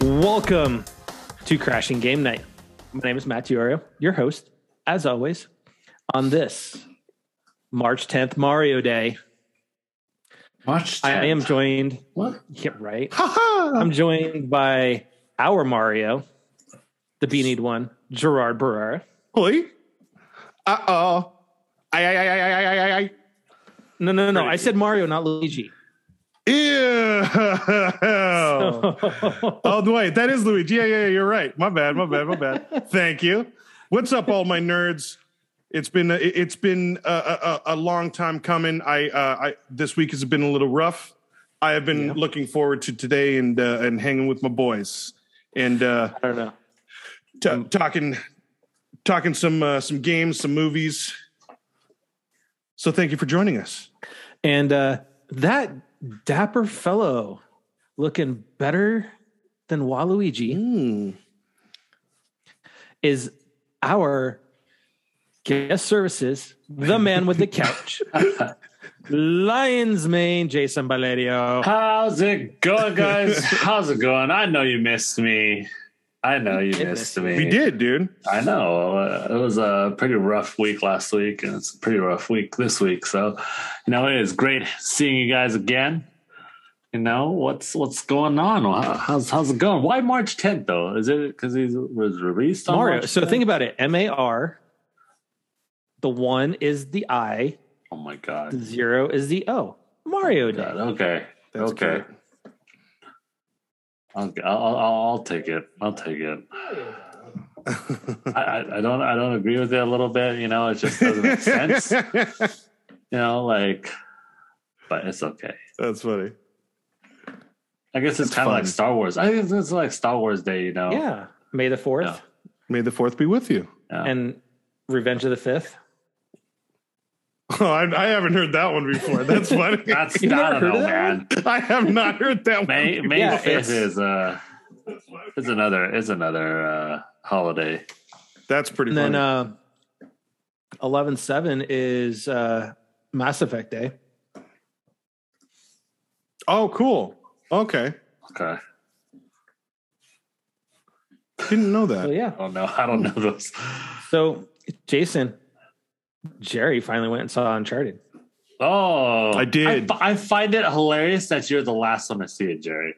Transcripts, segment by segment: Welcome to Crashing Game Night. My name is Matt Diorio, your host, as always, on this March 10th Mario Day. March 10th. I am joined, What? yeah, right? Haha. I'm joined by our Mario, the beanied one, Gerard Barrera. Oi. Uh oh. Ay, ay, ay, ay, ay, ay, ay. No, no, no, no. I said Mario, not Luigi. Ew. oh, wait. That is Luigi. Yeah, yeah, yeah. You're right. My bad. My bad. My bad. Thank you. What's up, all my nerds? It's been it- it's been a, a, a a long time coming. I uh, I this week has been a little rough. I have been looking forward to today and uh, and hanging with my boys and uh, I don't know. t- Mm. talking talking some uh, some games, some movies. So thank you for joining us. And uh, that dapper fellow looking better than Waluigi. Hmm. is our guest services, the man with the couch, Lion's Mane, Jason Valerio. How's it going, guys? How's it going? I know you missed me. I know you did missed miss me. We did, dude. I know. Uh, it was a pretty rough week last week, and it's a pretty rough week this week. So, you know, it is great seeing you guys again. You know what's what's going on? How- How's how's it going? Why March 10th though? Is it because he was released on Mario. March So 10th? think about it M A R. The one is the I, Oh my god. zero is the O. Mario God. Day. Okay. That's okay. great. Okay, I'll, I'll, I'll take it. I'll take it. I, I- I don't. I don't agree with it a little bit. You know, it just doesn't make sense. You know, like, but it's okay. That's funny. I guess it's kind of fun. like Star Wars. I guess it's like Star Wars Day. You know. Yeah. May the 4th Yeah. May the fourth be with you. Yeah. and Revenge of the 5th. Oh, I, I haven't heard that one before. That's funny. That's. You've I never don't heard know, of that man. I have not heard that one. May May Yeah, it's- fifth is uh, is another is another uh holiday. That's pretty And funny. then uh, 11 7 is uh, Mass Effect Day. oh, cool. Okay. Okay. Didn't know So, that. yeah. I don't know. I don't know those. So, Jason, Jerry finally went and saw Uncharted. Oh, I did. I, fi- I find it hilarious that you're the last one to see it, Jerry.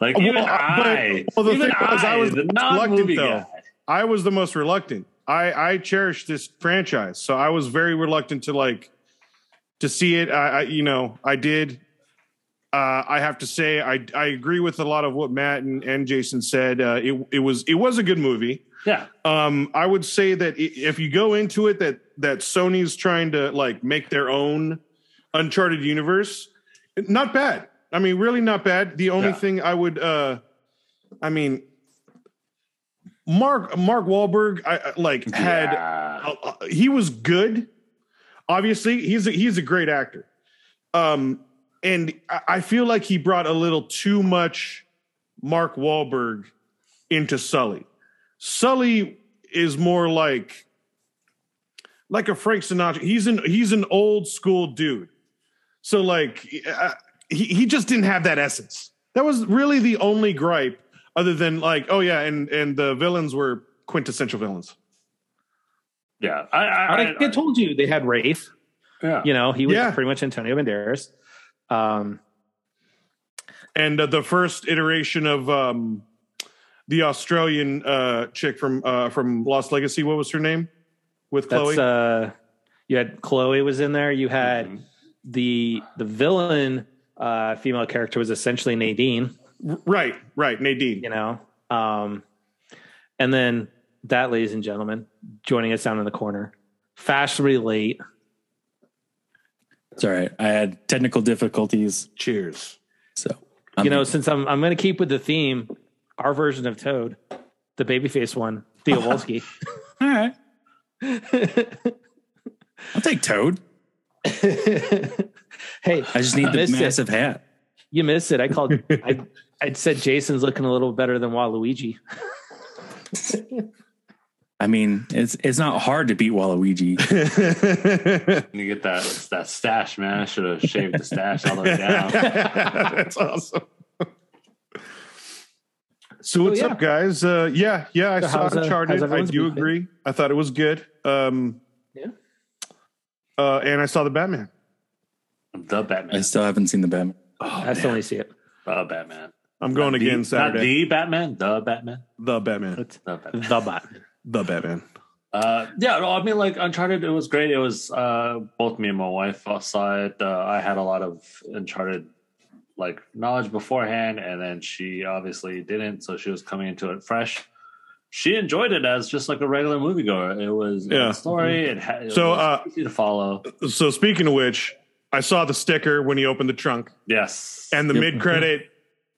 Like Well, even but- I, well, the even thing was, I was the reluctant, non-movie though. guy. I was the most reluctant. I I cherish this franchise, so I was very reluctant to like to see it. I, I you know I did. Uh, I have to say I I agree with a lot of what Matt and, and Jason said. Uh, it it was it was a good movie. Yeah, Um, I would say that i- if you go into it that that Sony's trying to like make their own Uncharted universe, not bad. I mean, really not bad. The only Yeah. thing I would, uh I mean, Mark Mark Wahlberg, I, I, like had Yeah. uh, uh, he was good. Obviously, he's a, he's a great actor. Um, and I, I feel like he brought a little too much Mark Wahlberg into Sully. Sully is more like like a Frank Sinatra. He's an he's an old school dude. So like uh, he he just didn't have that essence. That was really the only gripe, other than like oh yeah, and and the villains were quintessential villains. yeah. I, I, I, I, I told you they had Rafe. yeah. You know, he was Yeah. pretty much Antonio Banderas. Um, and uh, the first iteration of um, the Australian uh, chick from uh, from Lost Legacy. What was her name? With Chloe. Mm-hmm. that's uh, you had Chloe was in there. You had Mhm. the the villain uh, female character was essentially Nadine. right, right. Nadine. You know, um, and then that, ladies and gentlemen, joining us down in the corner, fashionably late. It's all right. I had technical difficulties, Cheers. so you know, since I'm I'm going to keep with the theme, our version of Toad, the babyface one, Theo Wolski. all right. I'll take Toad. hey, I just need the Missed it. massive hat. you missed it. I called. I I said Jason's looking a little better than Waluigi. I mean, it's it's not hard to beat Waluigi. You get that that stash, man. I should have shaved the stash all the way down. That's awesome. So what's yeah. up, guys? Uh, yeah, yeah. I So saw how's, uh, Uncharted. how's I everyone's do week been? agree. I thought it was good. Um, Yeah. Uh, and I saw the Batman. The Batman. I still haven't seen the Batman. Oh, I still man. only see it. The Batman. I'm going Not the- again Not Saturday. the Batman. The Batman. The, Batman. The Batman. The bot. The Batman. Uh, yeah, no, I mean, like Uncharted, it was great. It was uh, both me and my wife saw it. Uh, I had a lot of Uncharted like knowledge beforehand, and then she obviously didn't, so she was coming into it fresh. She enjoyed it as just like a regular moviegoer. It was it had Yeah. a story. It, ha- it So, was uh, easy to follow. So speaking of which, I saw the sticker when he opened the trunk Yes, and the Yep. mid credit,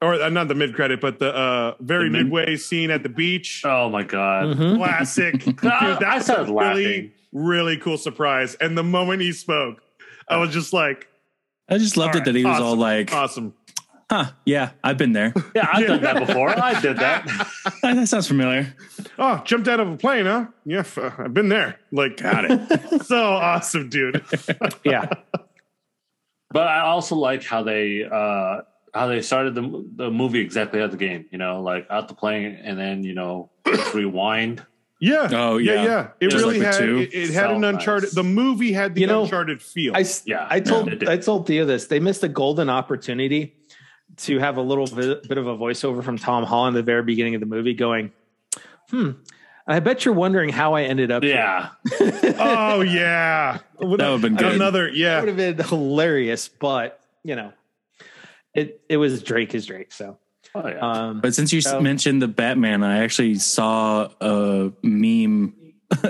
or uh, not the mid credit, but the uh, very The mid- midway scene at the beach. oh my god, Mhm. Classic. Dude, I- I was started a laughing. really, really cool surprise. And the moment he spoke, I was just like, I just loved All it that he was right, all like, awesome. huh, yeah, I've been there. yeah, I've done that before. I did that. that sounds familiar. Oh, jumped out of a plane, huh? Yeah, f- uh, I've been there. Like, got it. so awesome, dude. Yeah. But I also like how they uh, how they started the the movie exactly at the game. You know, like out the plane, and then you know rewind. Yeah. Oh, yeah. yeah. It Just really like with had two. it, it had So an uncharted. nice. The movie had the You know, uncharted feel. I, s- Yeah, I yeah, it told did. I told Thea this. They missed a golden opportunity to have a little vi- bit of a voiceover from Tom Holland at the very beginning of the movie, going, "Hmm, I bet you're wondering how I ended up." here." yeah, oh yeah, that would would've been good. Another that would yeah, have been hilarious, but you know, it it was Drake is Drake. So, oh, yeah. um, But since you s So- mentioned the Batman, I actually saw a meme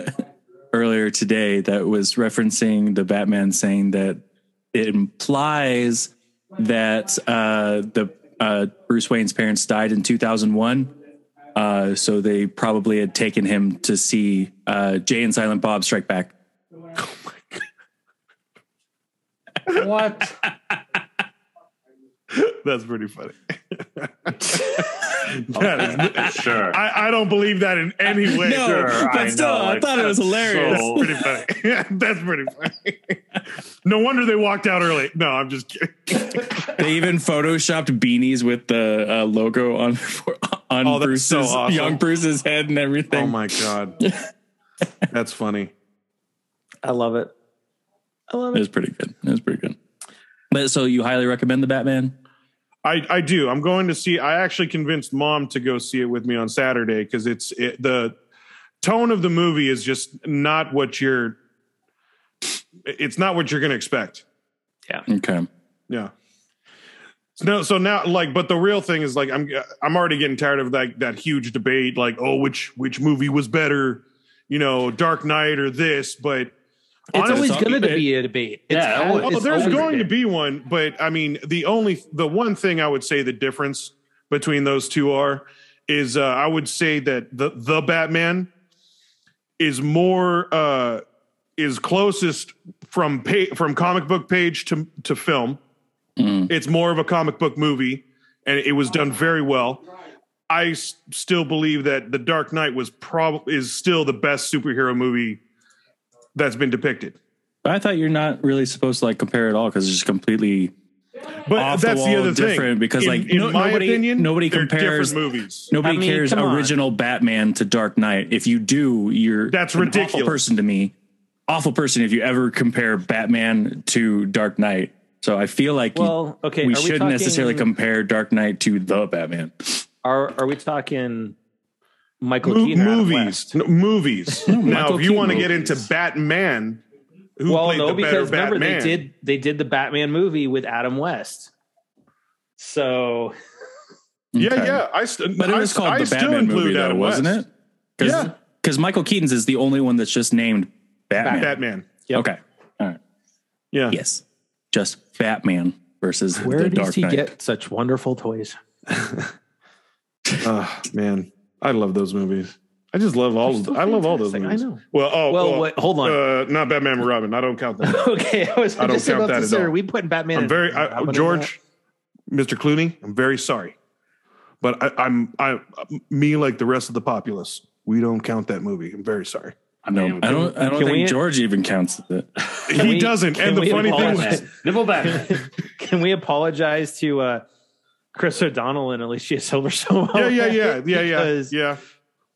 earlier today that was referencing the Batman saying that it implies that uh, the uh, Bruce Wayne's parents died in 2001. Uh, so they probably had taken him to see uh, Jay and Silent Bob Strike Back. what? that's pretty funny. That is- Oh, sure. I, I don't believe that in any way. No, but still, I thought it was that's hilarious. That's pretty funny. that's pretty funny. no wonder they walked out early. No, I'm just kidding. They even photoshopped beanies with the uh, logo on on Oh, that's Bruce's so awesome. young Bruce's head and everything. Oh my god, that's funny. I love it. I love It it. was pretty good. It was pretty good. But so you highly recommend the Batman? I, I do. I'm going to see. I actually convinced mom to go see it with me on Saturday because it's it, the tone of the movie is just not what you're. It's not what you're going to expect. Okay. Yeah. So now, so now, like, but the real thing is, like, I'm I'm already getting tired of like that huge debate, like, oh, which which movie was better, you know, Dark Knight or this? But It's honestly- always it's- going to be a debate. It's Yeah, al- always- Oh, it's there's always- going to be one, but I mean, the only the one thing I would say the difference between those two are is uh, I would say that the the Batman is more uh, is closest from pa- from comic book page to to film. Mm. It's more of a comic book movie, and it was done very well. I s- still believe that the Dark Knight was probably is still the best superhero movie that's been depicted. But I thought you're not really supposed to like compare it all because it's just completely But off that's the the, wall other different thing. because, in, like, in no- my nobody- opinion, nobody they're compares- different movies. nobody I mean, cares come on. original Batman to Dark Knight. If you do, you're That's an ridiculous. Awful person to me. Awful person if you ever compare Batman to Dark Knight. So I feel like you- Well, okay. we are shouldn't talking- necessarily compare Dark Knight to the Batman. Are are we talking Michael Mo- Keaton? or Adam West? movies, No, movies. now, Michael if you want to Keaton get into movies. Batman, who well, played no, the better because remember Batman? they did they did the Batman movie with Adam West. So Yeah, Okay. yeah. I, st- But it I was st- called I the still Batman include movie, though, Adam West. wasn't it? Cause, Yeah. Because Michael Keaton's is the only one that's just named Batman. Batman. Yep. Okay. All right. Yeah. Yes. Just Batman versus the Dark Knight. such wonderful toys? Oh, man, I love those movies. I just love all. They're so I love all those fantastic. movies. I know. Well, oh, Well, well, wait, hold on. Uh, not Batman and Robin. I don't count that. okay, I was I don't just count about that to at say, all. are we putting Batman? I'm and very I, oh, Robin in George, Mr. Clooney. I'm very sorry, but I, I'm I me like the rest of the populace. We don't count that movie. I'm very sorry. I No, mean, I don't. I don't Can think we- George even counts it. Can he we- doesn't. can And the we funny thing apologize? was, Batman. Nibble Batman. that? Can we apologize to uh, Chris O'Donnell and Alicia Silverstone. Yeah, yeah, yeah, yeah, yeah, Because, yeah.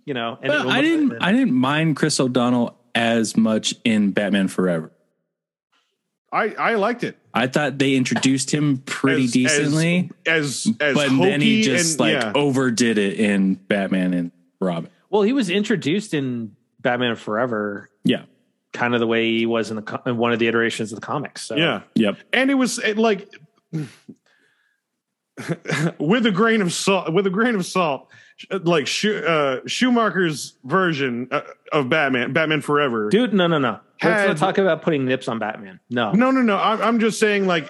You know, and Well, I didn't. I didn't mind Chris O'Donnell as much in Batman Forever. I I liked it I thought they introduced him pretty As- as- decently, as as but hokey then he and, just like yeah. overdid it in Batman and Robin. well, he was introduced in Batman Forever, Yeah. kind of the way he was in the co- in one of the iterations of the comics. So. yeah, Yep. and it was it, like with a grain of salt with a grain of salt sh- like Schu- uh, Schumacher's version uh, of Batman Batman Forever dude, no, no, no. Let's Had- not talk about putting nips on Batman. No, no no no I, I'm just saying like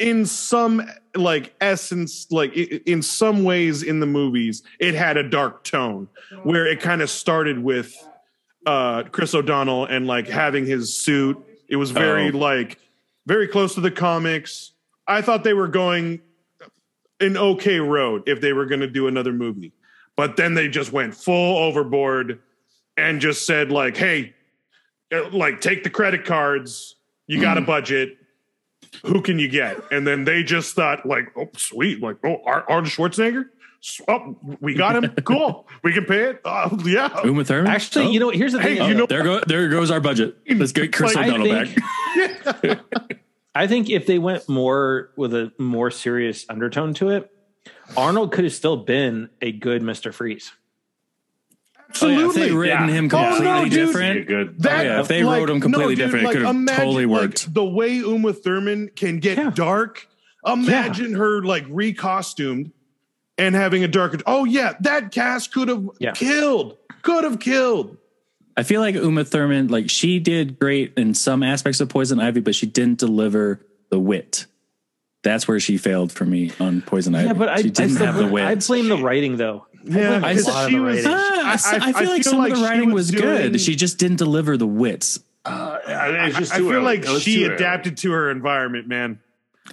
in some like essence like i- i- in some ways in the movies it had a dark tone where it kind of started with uh Chris O'Donnell and like having his suit it was very Oh. like very close to the comics I thought they were going an okay road if they were going to do another movie but then they just went full overboard and just said like hey uh, like take the credit cards you Mm-hmm. got a budget who can you get and then they just thought like oh sweet like oh Ar- arnold schwarzenegger S- oh we got him cool we can pay it uh, yeah Uma Thurman. actually, Oh. you know, what? here's the Hey, thing. you know- there go there goes our budget. Let's get Chris Like, I O'Donnell think- back. I think if they went more with a more serious undertone to it, Arnold could have still been a good Mister Freeze. Oh, yeah, if absolutely they written Yeah. him Oh, no, completely dude. different. Good. That, Oh, yeah, if they wrote him completely different, it could have totally worked. Like, the way Uma Thurman can get Yeah. dark, imagine her like recostumed and having a dark. Oh yeah, that cast could have Yeah. killed, could have killed. I feel like Uma Thurman, like she did great in some aspects of Poison Ivy, but she didn't deliver the wit. That's where she failed for me on Poison Ivy. Yeah, but I, she didn't I, have the wit. I blame the writing though. Yeah, I because saw she the was. rating. Ah, I, s- I- I I feel like feel some like of she the writing was was, doing- good. She just didn't deliver the wits. Uh, I, mean, I, it's just I too feel early. like It was she too early. adapted to her environment, man.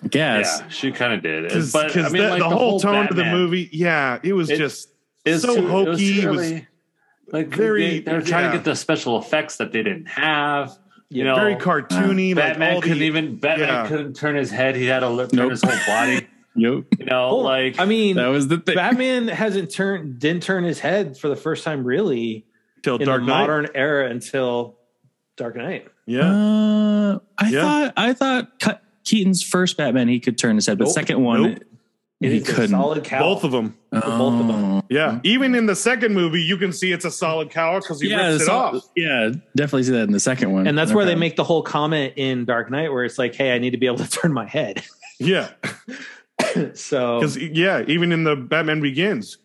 I guess. Yeah, she kind of did. Because But I mean, the, like the whole tone of the Batman movie, yeah, it was It- just is so too- it hokey. too It was, early. like very- they, they're trying yeah. to get the special effects that they didn't have. You Yeah. know, very cartoony. like, Uh, Batman all the- couldn't even Batman yeah. couldn't turn his head. He had to lip turn Nope. his whole body. Yep. You know, Well, like I mean, That was the thing. Batman hasn't turned didn't turn his head for the first time really till in Dark the Knight. modern era until Dark Knight. yeah, Uh, I Yeah. thought I thought Ke- Keaton's first Batman he could turn his head, but Nope. second one Nope. It he is a couldn't. solid cow. both of them. both of them. Oh. Yeah, Mm-hmm. even in the second movie, you can see it's a solid cow because he Yeah, rips it so- off. yeah, definitely see that in the second one. and that's where they Okay. make the whole comment in Dark Knight where it's like, "Hey, I need to be able to turn my head." Yeah, Oh. so because yeah, even in the Batman Begins,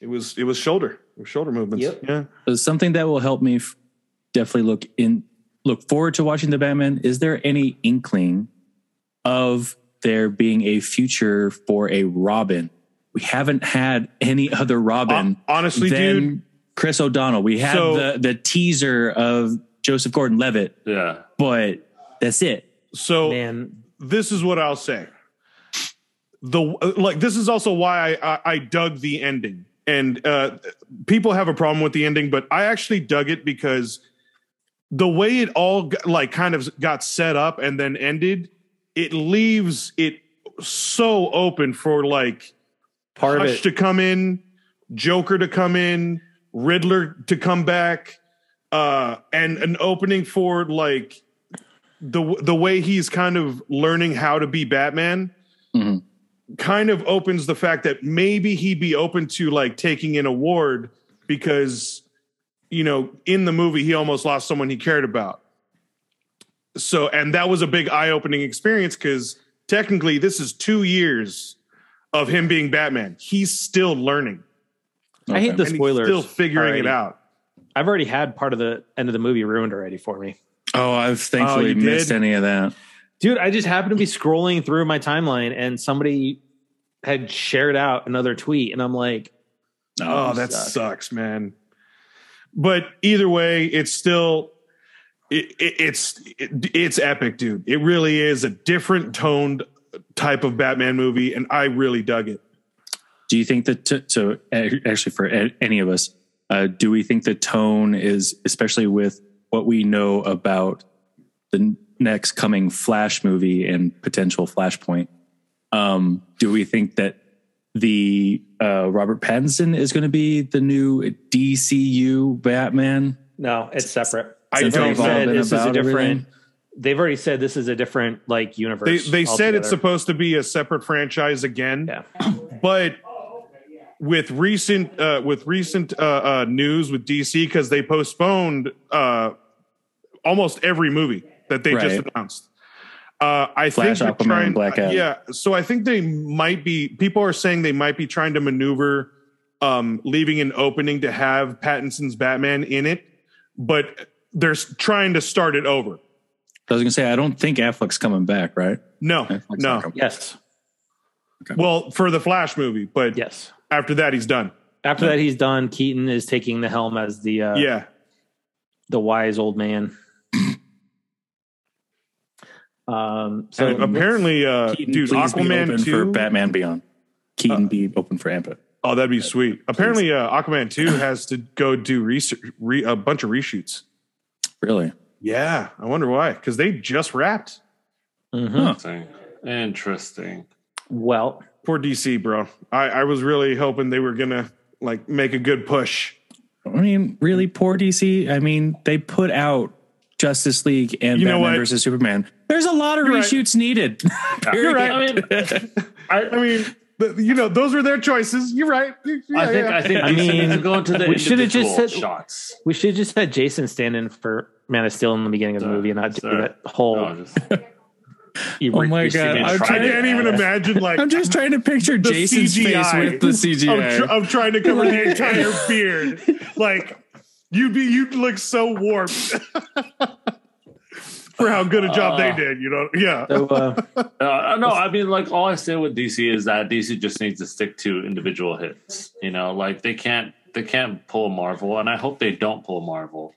it was it was shoulder it was shoulder movements. Yep. Yeah, So something that will help me f- definitely look in look forward to watching the Batman. Is there any inkling of there being a future for a Robin? We haven't had any other Robin. Hon- honestly, than dude. Chris O'Donnell. We had So- the the teaser of Joseph Gordon-Levitt, yeah, but that's it. So man, this is what I'll say. The uh, like this is also why I I, I dug the ending. And uh, people have a problem with the ending, but I actually dug it because the way it all g- like kind of got set up and then ended, it leaves it so open for like part of Hush it to come in, Joker to come in, Riddler to come back, uh, and an opening for like the the way he's kind of learning how to be Batman. Mhm. Mm-hmm. Kind of opens the fact that maybe he'd be open to like taking an award because you know in the movie he almost lost someone he cared about. So and that was a big eye opening experience because technically this is two years of him being Batman. He's still learning. I hate Okay. the and spoilers. He's still figuring it already. out. I've already had part of the end of the movie ruined already for me. Oh, I've thankfully you missed did? any of that. Dude, I just happened to be scrolling through my timeline and somebody had shared out another tweet and I'm like, Oh, that sucks, man. But either way, it's still it, it, it's it, it's epic, dude. It really is a different toned type of Batman movie, and I really dug it. Do you think that t- so a- actually for a- any of us, uh, do we think the tone is especially with what we know about the n- next coming Flash movie and potential Flashpoint? Um, do we think that the uh, Robert Pattinson is going to be the new DCU Batman. No, it's separate. I Since don't they've all know. said been this is a about different. everything. They've already said this is a different like universe. They they said it's altogether. supposed to be a separate franchise again. Yeah. But with recent uh, with recent uh, uh, news with DC because they postponed uh, almost every movie that they just Right. announced. Uh, I think Flash, they're Aquaman, trying, Black Adam. yeah. So I think they might be. People are saying they might be trying to maneuver, um, leaving an opening to have Pattinson's Batman in it, but they're s- trying to start it over. I was going to say I don't think Affleck's coming back, right? No, Affleck's no. not coming- Yes. Well, for the Flash movie, but Yes. after that he's done. After that, he's done. Keaton is taking the helm as the uh, yeah, the wise old man. um. So and apparently, uh, Keaton, dude, please be Aquaman open for two. Uh, Batman Beyond. Keaton be open for Ampa. oh, that'd be sweet. Apparently, uh, Aquaman two has to go do research, re, a bunch of reshoots. Really? Yeah, I wonder why. Because they just wrapped. mhm. Interesting. Interesting. Well, Poor DC, bro. I, I was really hoping they were gonna like make a good push. I mean, really poor DC. I mean, they put out Justice League and You know Batman what? versus Superman. There's a lot of You're right. reshoots needed. You're right. I mean, I mean, th- you know, those were their choices. You're right. Yeah, I think I think I DC needs mean, to go into the we should've just individual said- shots. we should have just had Jason stand in for Man of Steel in the beginning of the Sorry, movie and not do sorry. that whole. Oh, No, just, uh, Oh my God, I, I'm I can't even imagine like I'm just trying to picture The Jason's CGI. face with the CGI. I'm, Oh, tr- uh, I'm trying to cover the entire beard. Like you'd be, you'd look so warped for how good a job Uh, they did. You know, yeah. So, uh, Uh, no, I mean, like all I say with DC is that DC just needs to stick to individual hits. You know, like they can't they can't pull Marvel, and I hope they don't pull Marvel.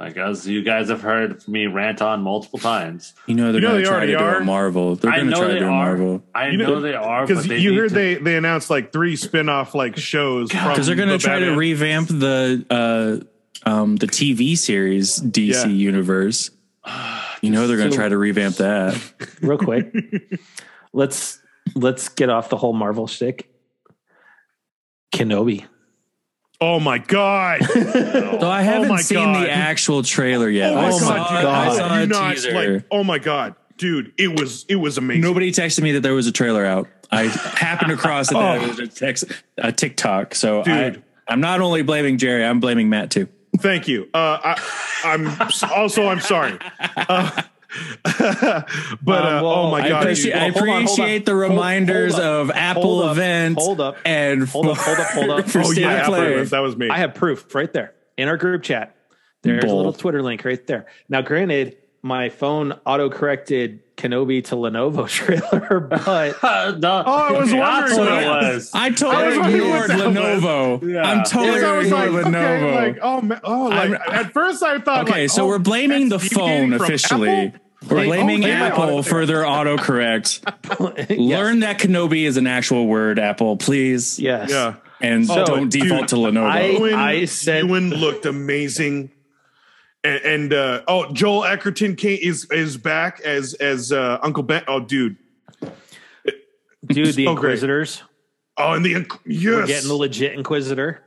Like as you guys have heard me rant on multiple times, you know they're You know they going to try already to do are. a Marvel. They're I going to know try they to do a are. Marvel. I You know, know- they are Because because you heard they they announced like three spin off like shows Because they're going to the try to Batman. revamp the uh, um, the TV series DC Yeah. universe. You know they're going to so- try to revamp that. real quick, let's let's get off the whole Marvel shtick. Kenobi. Oh my god! So I haven't Oh my seen God. the actual trailer Oh yet. my I, god! saw, dude. I How saw did a you not, teaser. like, oh my god, dude! It was it was amazing. Nobody texted me that there was a trailer out. I happened across it that Oh. it was a, text, a TikTok. So I, Dude. I'm not only blaming Jerry, I'm blaming Matt too. Thank you. Uh, I, I'm s- also I'm sorry, Uh, but uh, Um, well, oh my Um, I, god, appreci- dude. I Well, hold on, hold on. appreciate the Hold- hold reminders up. of Apple Hold up. events. Hold up. And Hold up, hold up, hold up. For Oh, oh, yeah, yeah, Apple player. that was me. I have proof right there in our group chat. There's a Bull. little Twitter link right there. Now, granted, my phone auto corrected Kenobi to Lenovo trailer, but Oh, I was that's wondering what what it that- was. I I totally was wondering what ignored that was. Lenovo. Yeah. I'm totally Because I ignored was like, okay, Lenovo. like, oh, man, oh, like, I'm- at first I thought, Okay, like, so oh, we're blaming the that's phone deviating from officially. Apple? We're They- blaming oh, yeah. Apple for their autocorrect. yes, Learn that Kenobi is an actual word, Apple, please. Yes. Yeah, And So, don't default Oh, dude, to Lenovo. I- Ewan, said- Ewan looked amazing, and, and uh, oh, Joel Eckerton came, is is back as as uh, Uncle Ben. Oh, dude. dude, the So great. Inquisitors. Oh, and the Inqu- yes, We're getting Mm. the legit Inquisitor.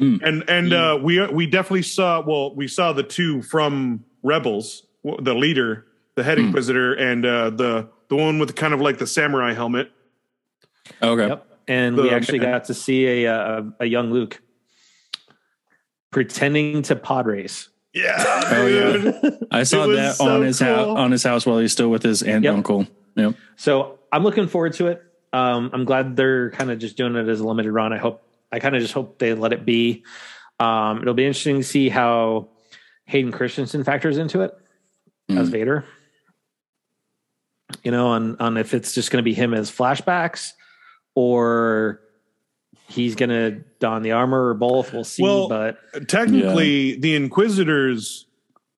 and and uh, we we definitely saw well we saw the two from rebels w- the leader the Hmm. head inquisitor and uh, the the one with kind of like the samurai helmet okay. Yep. And The- we actually got to see a, uh, a a young Luke pretending to pod race. yeah Oh, yeah. dude. I saw It was that so on his house cool. on his house while he's still with his aunt Yep. and uncle. Yep. So I'm looking forward to it. Um, I'm glad they're kind of just doing it as a limited run. I hope I kind of just hope they let it be. Um, it'll be interesting to see how Hayden Christensen factors into it as Mm. Vader. You know, on on if it's just going to be him as flashbacks or he's going to don the armor or both. We'll see. Well, but technically the inquisitors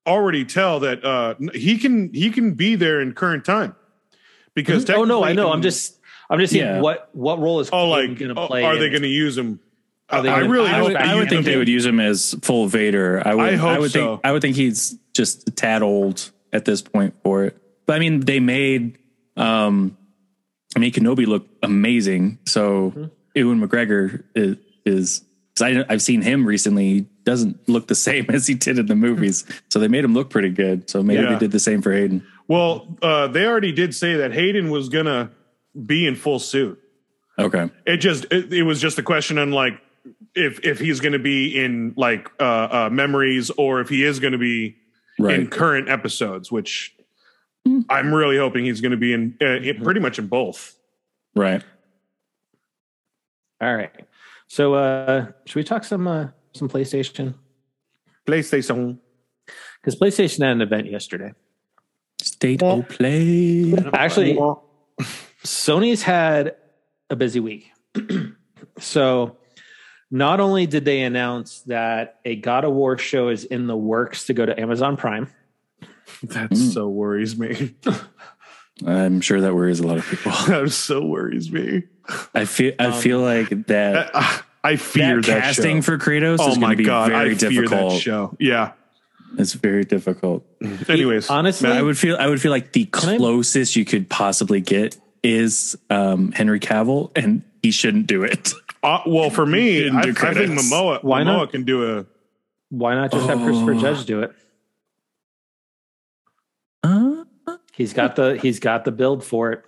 already tell that uh, n- he can he can be there in current time because oh no, I technically- know. I'm just I'm just saying Yeah. what what role is oh Hayden like gonna oh, play? are in they it? going to use him Are they I gonna- really I hope would, they I would use think him. they would use him as full Vader. I would I I, hope would so. think I would think he's just a tad old at this point for it. But I mean Mm-hmm. they made um I mean Kenobi look amazing. So Ewan McGregor is, is 'cause I, I've seen him recently. He doesn't look the same as he did in the movies. So they made him look pretty good. So maybe Yeah. they did the same for Hayden. Well, uh, they already did say that Hayden was gonna be in full suit. Okay. It just it, it was just a question on like if if he's gonna be in like uh, uh, memories or if he is gonna be Right. in current episodes, which I'm really hoping he's gonna be in, uh, in Hmm. pretty much in both. right. All right. So uh should we talk some uh some PlayStation? PlayStation. Because PlayStation had an event yesterday. State of play. Actually, Sony's had a busy week. so not only did they announce that a God of War show is in the works to go to Amazon Prime, That Mm. so worries me. I'm sure that worries a lot of people. that so worries me. I feel I Um, feel like that, I, I Uh, that fear that, casting show. for Kratos oh is my going to be god, very I fear that difficult. show. Yeah. It's very difficult. Anyways, honestly, I would feel I would feel like the I- closest you could possibly get is um, Henry Cavill, and he shouldn't do it. Uh, well, for me, Didn't I, do I think credits. Uh, Momoa, Why Momoa not? can do a. why not just have Christopher Oh. Judge do it? Huh? He's got the he's got the build for it.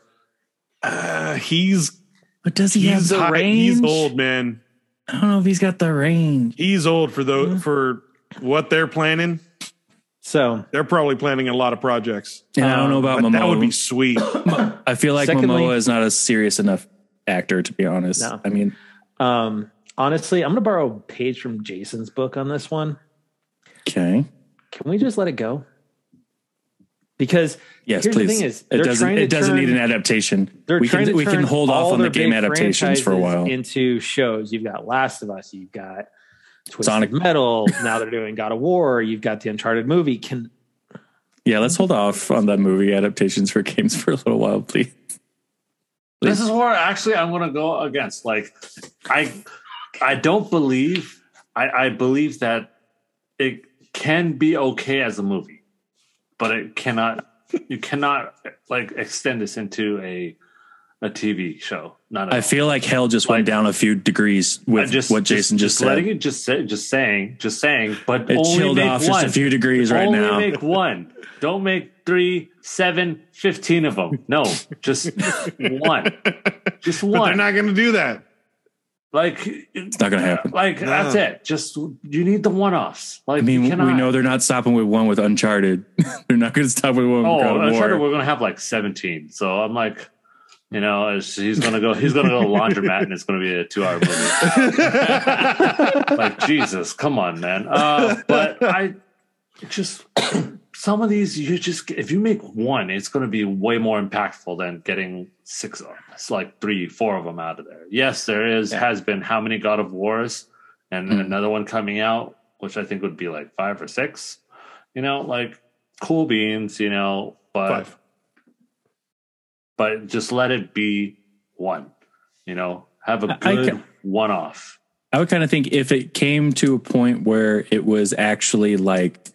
Uh, he's But does he he's have the hot- range? he's old, man. I don't know if he's got the range. He's old for those Yeah. for what they're planning. So They're probably planning a lot of projects. And I don't know about But Momoa. that would be sweet. I feel like Secondly- Momoa is not a serious enough actor to be honest. No. I mean, um honestly, I'm gonna borrow a page from Jason's book on this one. okay, Can we just let it go? Because Here's yes, the plean please. thing is, it they're doesn't trying to it doesn't need turn- an adaptation. they're We trying can to we can turn hold off all on the their game big adaptations for a franchises while. into shows. You've got Last of Us, you've got Twisted Sonic. Metal. now they're doing God of War. You've got the Uncharted movie. Can yeah, let's hold off on the movie adaptations for games for a little while, please. This is where actually I'm going to go against. Like, I, I don't believe. I, I believe that it can be okay as a movie, but it cannot. You cannot like extend this into a a TV show. Not. At I all. feel like hell just Like- went down a few degrees with I just what Jason just, said. letting it just say, just saying, just saying, but It only chilled make off one. just a few degrees right only now. make one. Don't make three, seven, fifteen of them. No, just one. Just But they're one. not going to do that. like it's not going to happen. like No. that's it. Just you need the one offs. Like I mean, you we cannot- know they're not stopping with one with Uncharted. they're not going to stop with one with Oh, God of I'm sure War. that we're gonna have like seventeen. So I'm like, you know, it's- he's gonna go. He's gonna go to laundromat, and it's gonna be a two hour movie. like Jesus, come on, man. Uh, but I just some of these you just if you make one, it's going to be way more impactful than getting six of them. It's like three, four of them out of there. Yes, there is has been how many God of Wars and Mm. another one coming out, which I think would be like five or six. You know, like cool beans. You know, but Five. but just let it be one. You know, have a I- I good ca- one off. I would kind of think if it came to a point where it was actually like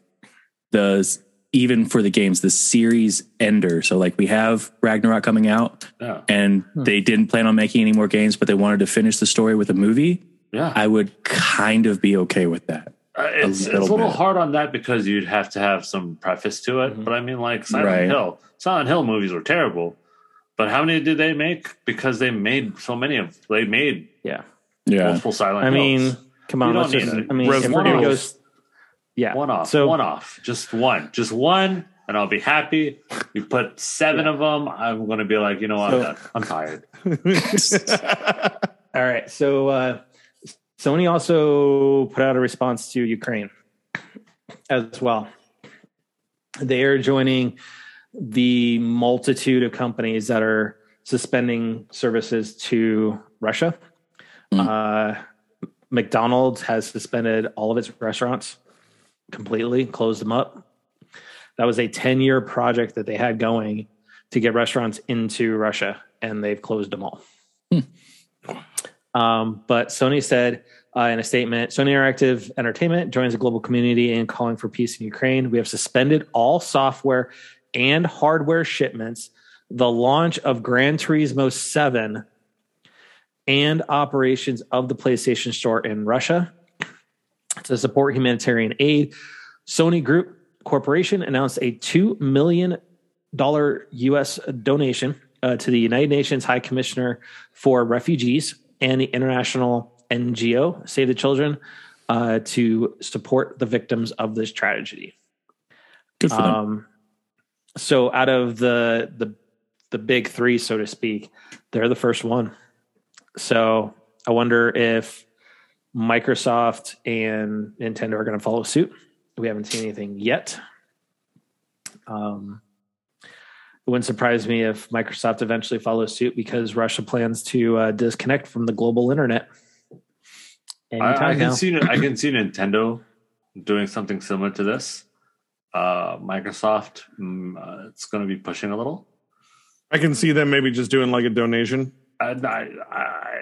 the even for the games the series ender. So like we have Ragnarok coming out, Yeah, and Hmm. they didn't plan on making any more games, but they wanted to finish the story with a movie. yeah. I would kind of be okay with that. Uh, it's, little it's a little bit. hard on that because you'd have to have some preface to Mm-hmm. it. But I mean, like Silent Right. Hill, Silent Hill movies were terrible, but how many did they make? Because they made so many of they made yeah. Yeah, multiple Silent I mean, Hills. come You on. don't Let's just, need it. I mean, if we're Resident gonna go, Evil. s- yeah. one off, So- one off, just one, just one, and I'll be happy. You put seven of them, I'm gonna be like, you know what, So- I'm, done. I'm tired. All right. So uh, Sony also put out a response to Ukraine as well. They are joining the multitude of companies that are suspending services to Russia. Uh, McDonald's has suspended all of its restaurants completely, closed them up. That was a 10 year project that they had going to get restaurants into Russia, and they've closed them all. Um, but Sony said uh, in a statement Sony Interactive Entertainment joins a global community in calling for peace in Ukraine. We have suspended all software and hardware shipments, the launch of Gran Turismo 7, and operations of the PlayStation Store in Russia to support humanitarian aid. Sony Group Corporation announced a $2 million US donation uh, to the United Nations High Commissioner for Refugees and the international NGO Save the Children uh, to support the victims of this tragedy. Good for them. Um, so out of the the the big three, so to speak, they're the first one. So I wonder if Microsoft and Nintendo are going to follow suit. We haven't seen anything yet. Um, it wouldn't surprise me if Microsoft eventually follows suit because Russia plans to uh, disconnect from the global internet. I, I Anytime can now. see I can see Nintendo doing something similar to this. Uh, Microsoft, mm, uh, it's going to be pushing a little. I can see them maybe just doing like a donation. I, I, I,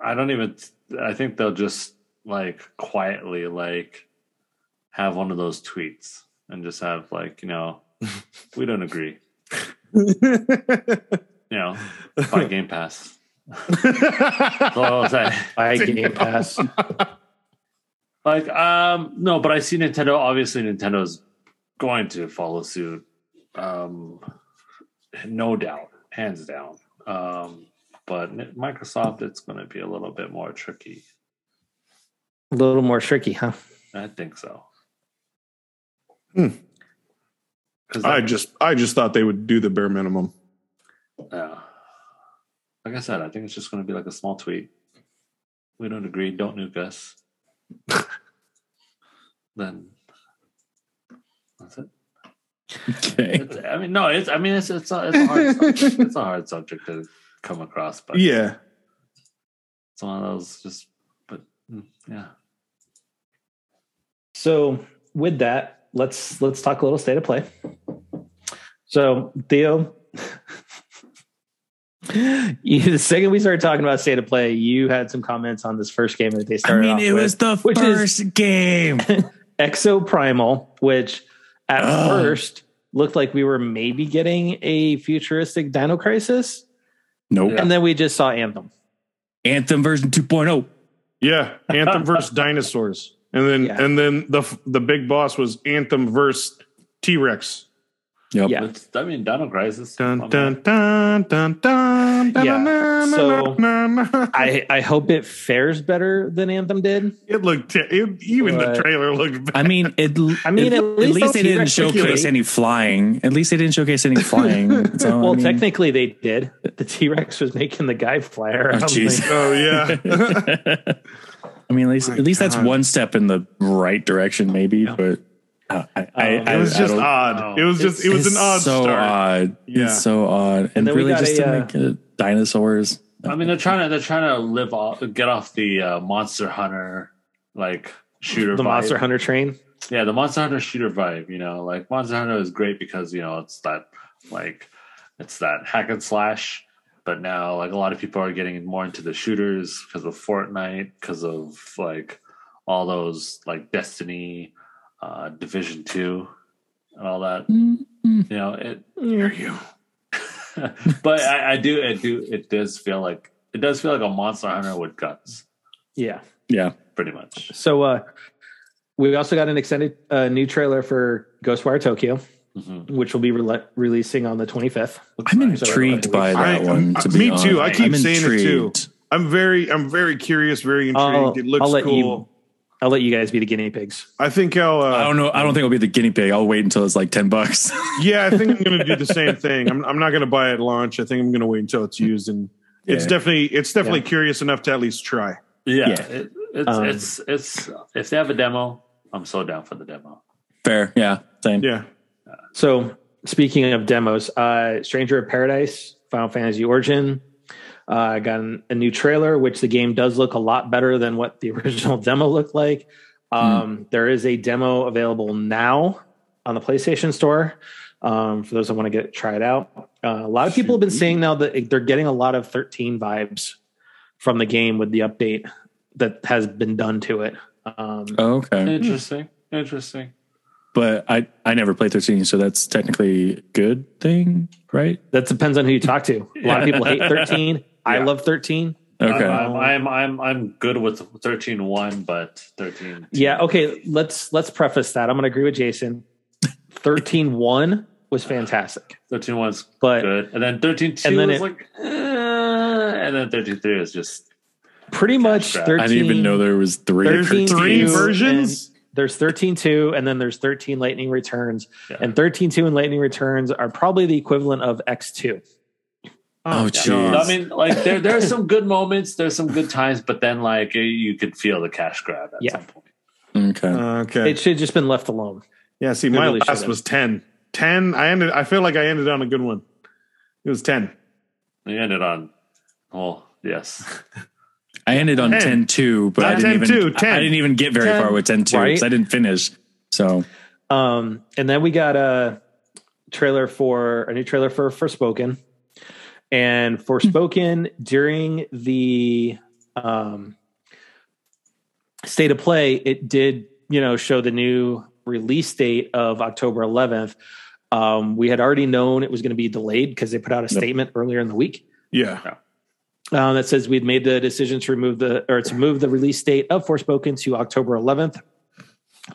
I don't even. I think they'll just like quietly like have one of those tweets and just have like you know we don't agree. You know, buy Game Pass. That's all I'll say. Buy Game Pass. Like, um, no, but I see Nintendo. Obviously, Nintendo's going to follow suit. Um, no doubt, hands down. Um, but Ni- Microsoft, it's going to be a little bit more tricky. A little more tricky, huh? I think so. Hmm. 'Cause I that- just I just thought they would do the bare minimum. yeah. Like I said, I think it's just going to be like a small tweet. We don't agree. Don't nuke us. then that's it. okay. It's, I mean, no, it's. I mean, it's it's a, it's a hard subject. It's a hard subject to come across, but Yeah. it's one of those just. But mm, yeah, So with that, let's let's talk a little state of play. So Theo, you, the second we started talking about state of play, you had some comments on this first game that they I started. mean, off it with, was the which is- first game. Exoprimal, which at Ugh. first looked like we were maybe getting a futuristic Dino Crisis, Nope. Yeah. and then we just saw Anthem. Anthem version oh. 2.0. Yeah. Anthem versus dinosaurs. And then Yeah. and then the f- the big boss was Anthem versus T-Rex. Yep. Yeah. It's- I mean, Donald Crisis. Dun dun dun dun dun. dun Yeah, dun, dun, so- dun, dun, dun. I I hope it fares better than Anthem did. it looked te- it, even Right. the trailer looked bad. I mean, it. I mean, it- at at, least least, they didn't T-Rex was showcase great. any flying. At least they didn't showcase any flying. So, I well, mean- technically they did. The T Rex was making the guy fly around. Oh, jeez. Oh yeah. I mean, at least Oh My at least that's God. one step in the right direction, maybe. But uh, I, I, Um, I, Oh, it was I just don't- odd. It was just it was it's an odd so start. odd. Yeah. It's so odd, and, then we really got just a, to uh, make it dinosaurs. I mean, they're trying to they're trying to live off, get off the uh, Monster Hunter like shooter. the vibe. Monster Hunter train. yeah, the Monster Hunter shooter vibe. You know, like Monster Hunter is great because you know it's that like it's that hack and slash. But now, like a lot of people are getting more into the shooters because of Fortnite, because of like all those like Destiny, uh, Division Two, and all that. Mm, You know, it Hear you. but I, I do, I do. It does feel like it does feel like a Monster Hunter with guns, Yeah. Yeah, pretty much. So uh, we also got an extended uh, new trailer for Ghostwire Tokyo, Mhm. which will be rele releasing on the 25th. I'm So, intrigued by I- that one. I- To be me too. I honest. keep I'm saying it too. intrigued. I'm very I'm very curious, very intrigued. I'll, it looks I'll let cool. you. I'll let you guys be the guinea pigs. I think I'll. I Uh, don't know. I don't think I'll be the guinea pig. I'll wait until it's like ten bucks. yeah, I think I'm going to do the same thing. I'm, I'm not going to buy it at launch. I think I'm going to wait until it's used, and it's Hmm. Yeah. definitely it's definitely curious enough to at least try. Yeah, Yeah. It, it's, Um, it's it's if they have a demo, I'm so down for the demo. Fair. Yeah. Same. Yeah, So speaking of demos, uh, Stranger of Paradise, Final Fantasy Origin. Uh, I got an- a new trailer, which the game does look a lot better than what the original demo looked like. Um, There is a demo available now on the PlayStation Store um, for those that want to get try it out. Uh, a lot of people have been saying now that they're getting a lot of 13 vibes from the game with the update that has been done to it. Um, Oh, okay. Interesting, interesting. But I I never played 13, so that's technically a good thing, right? That depends on who you talk to. A lot of people hate 13. I Yeah. love 13. Okay. I'm, I'm I'm I'm good with 13-1, but 13. Yeah. Okay. Let's let's preface that. I'm going to agree with Jason. 13-1 was fantastic, 13 one's but good. And then 13 2 And then is it- like, eh, and then 13 3 is just, pretty much crap. I thirteen. I didn't even know there was three. or 13 Three Two versions. there's 13 2 and then there's 13 lightning returns Yeah. and 13 2 and lightning returns are probably the equivalent of x2 Oh, No, I jeez. mean, like, there, there are some good moments, there's some good times, but then, like, you- you could feel the cash grab at Yeah. some point. Oh, Okay. Uh, Okay. it should have just been left alone Yeah. See, They my really last should've. was 10. 10. I ended. I feel like I ended on a good one. It was 10. You ended on, well, yes. I ended on 10. 10 2, but Not I didn't, 10, even, two, 10. I didn't even get very 10, far with 10 2 right? because I didn't finish. So, um and then we got a trailer for a new trailer for for spoken and for spoken during the um state of play it did you know show the new release date of october 11th um we had already known it was going to be delayed because they put out a statement earlier in the week Yeah. um, that says we'd made the decision to remove the or to move the release date of Forspoken to October 11th.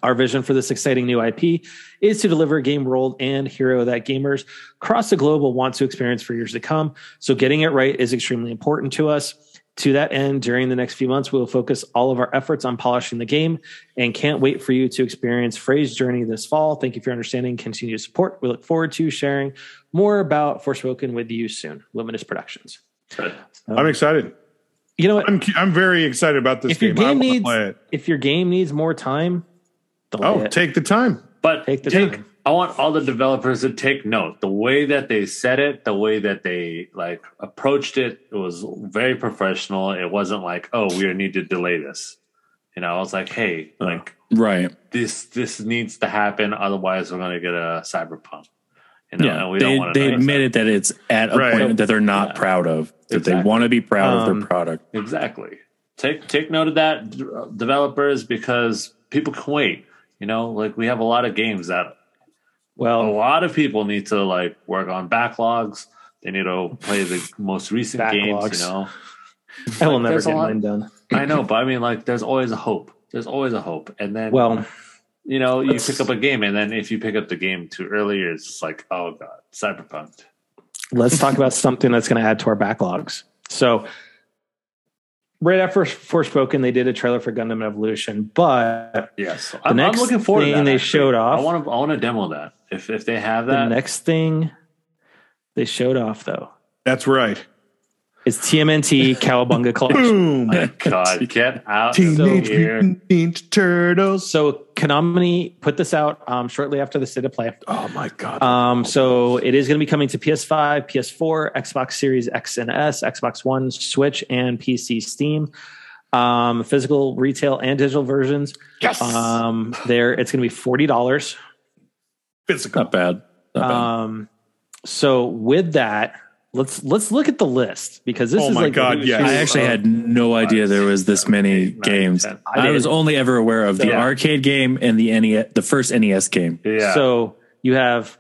Our vision for this exciting new IP is to deliver a game world and hero that gamers across the globe will want to experience for years to come. So getting it right is extremely important to us. To that end, during the next few months, we will focus all of our efforts on polishing the game and can't wait for you to experience Frey's journey this fall. Thank you for your understanding, continued support. We look forward to sharing more about Forspoken with you soon. Luminous Productions. But I'm excited. You know what? I'm I'm very excited about this Oh. if your game. I game wanna needs play it. if your game needs more time, delay Oh, it. take the time. But Take the take- time. I want all the developers to take note. The way that they said it, the way that they like approached it, it was very professional. It wasn't like, oh, we need to delay this. You know, I was like, hey, like right. this this needs to happen, otherwise we're gonna get a cyberpunk. You know, and we they don't want they admitted that it's at a Right. point that they're not Yeah. proud of, that they Exactly. want to be proud of Um, their product. Exactly. Take take note of that, d- uh, developers, because people can wait. You know, like we have a lot of games that a Well, lot of people need to like work on backlogs. They need to play the most recent games. Backlogs. You know, I will never there's a get lot- mine done. I know, but I mean, like, there's always a hope. There's always a hope, and then Well, you know, you let's- pick up a game, and then if you pick up the game too early, it's just like, oh god, cyberpunk. let's talk about something that's going to add to our backlogs. So, right after Forspoken, they did a trailer for Gundam Evolution, but Yes, so The I'm, I'm next looking forward to thing that. they actually. showed off- I want to I want to demo that if if they have the that. next thing they showed off though That's right. is TMNT Cowabunga Collection. Boom. God, get out of Teenage here. Mutant Ninja Turtles. So Konami put this out um, shortly after the State of Play. Oh my god. Um, so it is going to be coming to PS5, PS4, Xbox Series X and S, Xbox One, Switch, and PC Steam. Um, physical, retail, and digital versions. yes. Um, there, it's going to be forty dollars. Physical. Not bad. Not bad. Um, so with that, let's let's look at the list because this Oh is my like God, yes. I actually had no idea there was this many Nine, games. ten. I I was did. only ever aware of the Yeah. arcade game and the NES, the first NES game. Yeah. So you have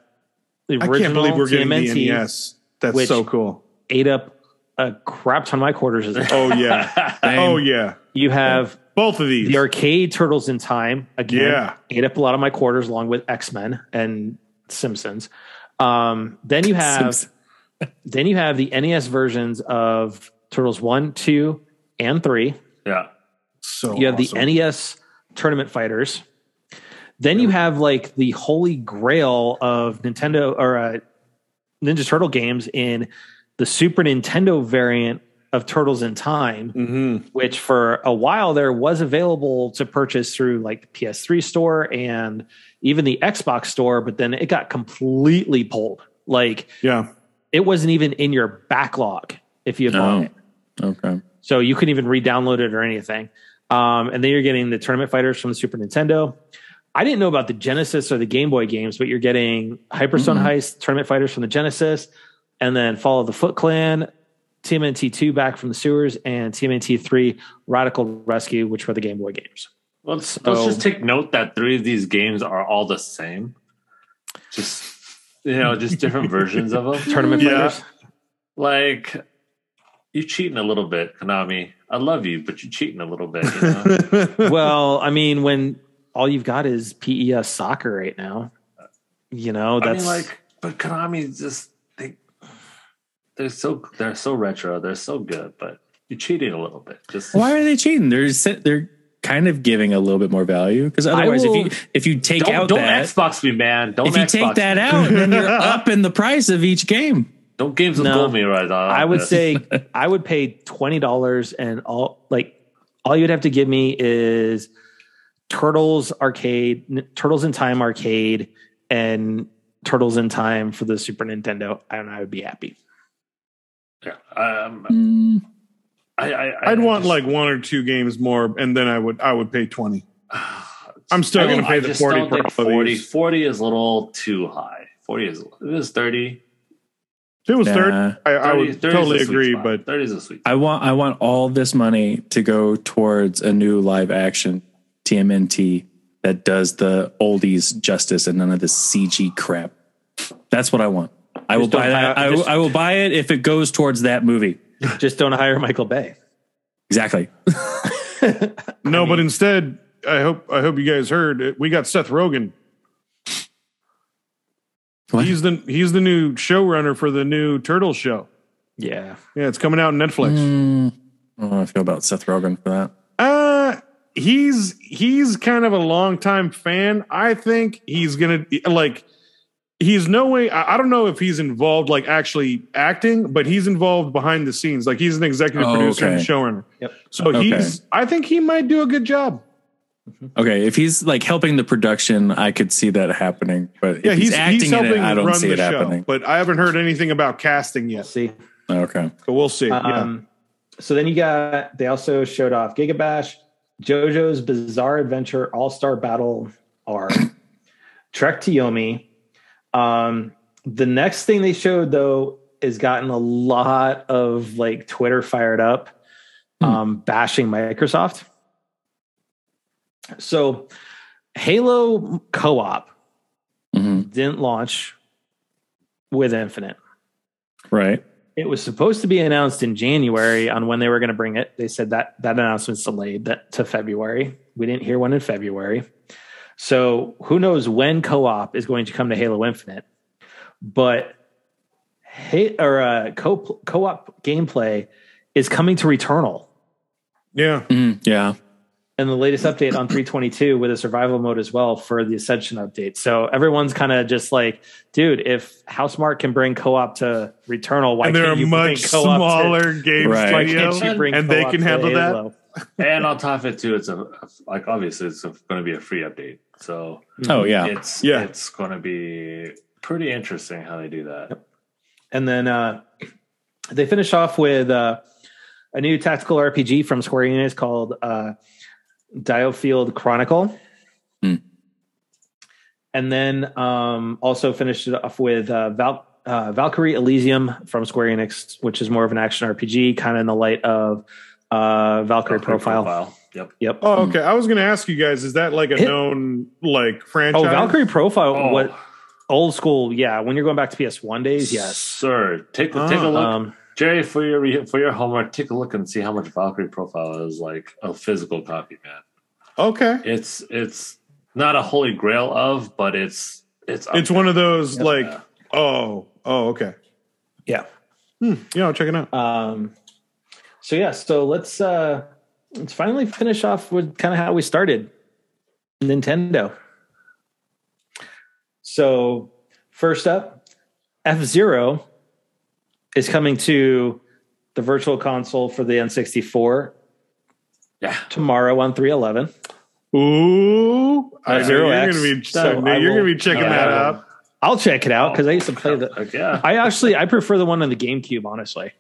the I original can't believe we're getting TMNT the E NES. That's which- so cool. ate up a crap ton of my quarters. as a kid. Oh yeah. oh yeah. You have Both of these. the arcade Turtles in Time again. Yeah. ate up a lot of my quarters along with X Men and Simpsons. Um, then you have Simpsons. then you have the NES versions of Turtles one, two, and three. yeah. so You have awesome. the NES Tournament Fighters. Then you have like the holy grail of Nintendo or uh, Ninja Turtle games in the Super Nintendo variant of Turtles in Time Mhm. which for a while there was available to purchase through like the PS3 store and even the Xbox store, but then it got completely pulled. Like Yeah. it wasn't even in your backlog if you had bought Oh. it. Okay. So you couldn't even re-download it or anything. Um, and then you're getting the tournament fighters from the Super Nintendo. I didn't know about the Genesis or the Game Boy games, but you're getting Hyperstone Mm-hmm. Heist, Tournament Fighters from the Genesis, and then Follow the Foot Clan, TMNT 2 Back from the Sewers, and TMNT 3 Radical Rescue, which were the Game Boy games. Let's let's So- just take note that three of these games are all the same. Just you know, just different versions of them. Tournament Yeah. Fighters. Like you're cheating a little bit, Konami. I love you, but you're cheating a little bit. You know? well, I mean, when all you've got is PES soccer right now, you know I that's mean, like, but Konami just they they're so they're so retro. They're so good, but you're cheating a little bit. Just Why are they cheating? They're se- they're kind of giving a little bit more value because otherwise, will- if you if you take don't, out don't that Xbox me, man. Don't if you Xbox take that out, then you're up in the price of each game. Don't games of No. gold me right now. I would Yeah. say I would pay twenty dollars and all like all you'd have to give me is Turtles arcade, N- Turtles in Time arcade, and Turtles in Time for the Super Nintendo, and I would be happy. Yeah, um, Mm, I, I, I'd want just- like one or two games more, and then I would I would pay twenty. I'm still I don't- going to pay I the just forty don't for think all of 40, these. 40 is a little too high. Forty is it is thirty. If it was Nah. third, I, I 30 would 30 is totally the sweet agree. spot. But thirty is a sweet. I want I want all this money to go towards a new live action TMNT that does the oldies justice and none of this CG crap. That's what I want. I will Just don't buy that. hire- I, will- just- I will buy it if it goes towards that movie. Just don't hire Michael Bay. Exactly. no, but instead, I hope I hope you guys heard uh, we got Seth Rogen. What? He's the he's the new showrunner for the new Turtle show. Yeah, Yeah, it's coming out on Hmm. Netflix. Mm, I don't know how I feel about Seth Rogen for that. Uh he's he's kind of a longtime fan. I think he's gonna like he's no way I, I don't know if he's involved like actually acting, but he's involved behind the scenes. Like he's an executive Oh, producer and okay. showrunner. Yep. So he's I think he might do a good job. Okay, if he's like helping the production, I could see that happening. But if Yeah, he's, he's, he's, acting in helping it, I don't run see the it show. happening. But I haven't heard anything about casting we'll yet. see. Okay. But we'll see. yeah. Um, So then you got they also showed off Gigabash, JoJo's Bizarre Adventure All Star Battle R, Trek to Yomi. Um, the next thing they showed though has gotten a lot of like Twitter fired up, um, bashing Microsoft. So Halo co-op hmm didn't launch with Infinite. Right. It was supposed to be announced in January on when they were going to bring it. They said that that announcement's delayed that to February. We didn't hear one in February. So who knows when co-op is going to come to Halo Infinite. But hey, or uh, co- co-op gameplay is coming to Returnal yeah. Mhm, Yeah. and the latest update on 322 with a survival mode as well for the Ascension update. So everyone's kind of just like, dude, if Housemart can bring co-op to Returnal, why and they're can't a you much bring co-op to- smaller game Right. Why studio, can't you bring and they co-op can to handle that. Halo? and on top of it too, it's a like obviously it's going to be a free update, so Mm-hmm. Oh yeah. it's Yeah. it's going to be pretty interesting how they do that. And then uh, they finish off with uh, a new tactical RPG from Square Enix called uh, Diofield Chronicle. Hmm. And then um, also finished it off with uh, Val- uh, Valkyrie Elysium from Square Enix, which is more of an action RPG, kind of in the light of uh, Valkyrie Profile. Yep. Yep. Oh, okay. I was going to ask you guys: Is that like a It- known like franchise? Oh, Valkyrie Profile, Oh, what old school? Yeah, when you're going back to PS1 days, yes. sir. Take the take a Ah. look, Um, Jerry, for your re- for your homework. Take a look and see how much Valkyrie Profile is like a physical copy, man. Okay, It's it's not a holy grail of, but it's it's up it's one of those there. like oh oh okay Yeah. Hmm, yeah I'll check it out. um so yeah so let's uh let's finally finish off with kind of how we started nintendo so first up f-zero is coming to the virtual console for the n64 yeah. tomorrow on 311 Ooh, I know Zero you're X. gonna be So I you're will- gonna be checking I that will- out. i'll check it out because i used to play the Like, yeah. i actually i prefer the one on the gamecube honestly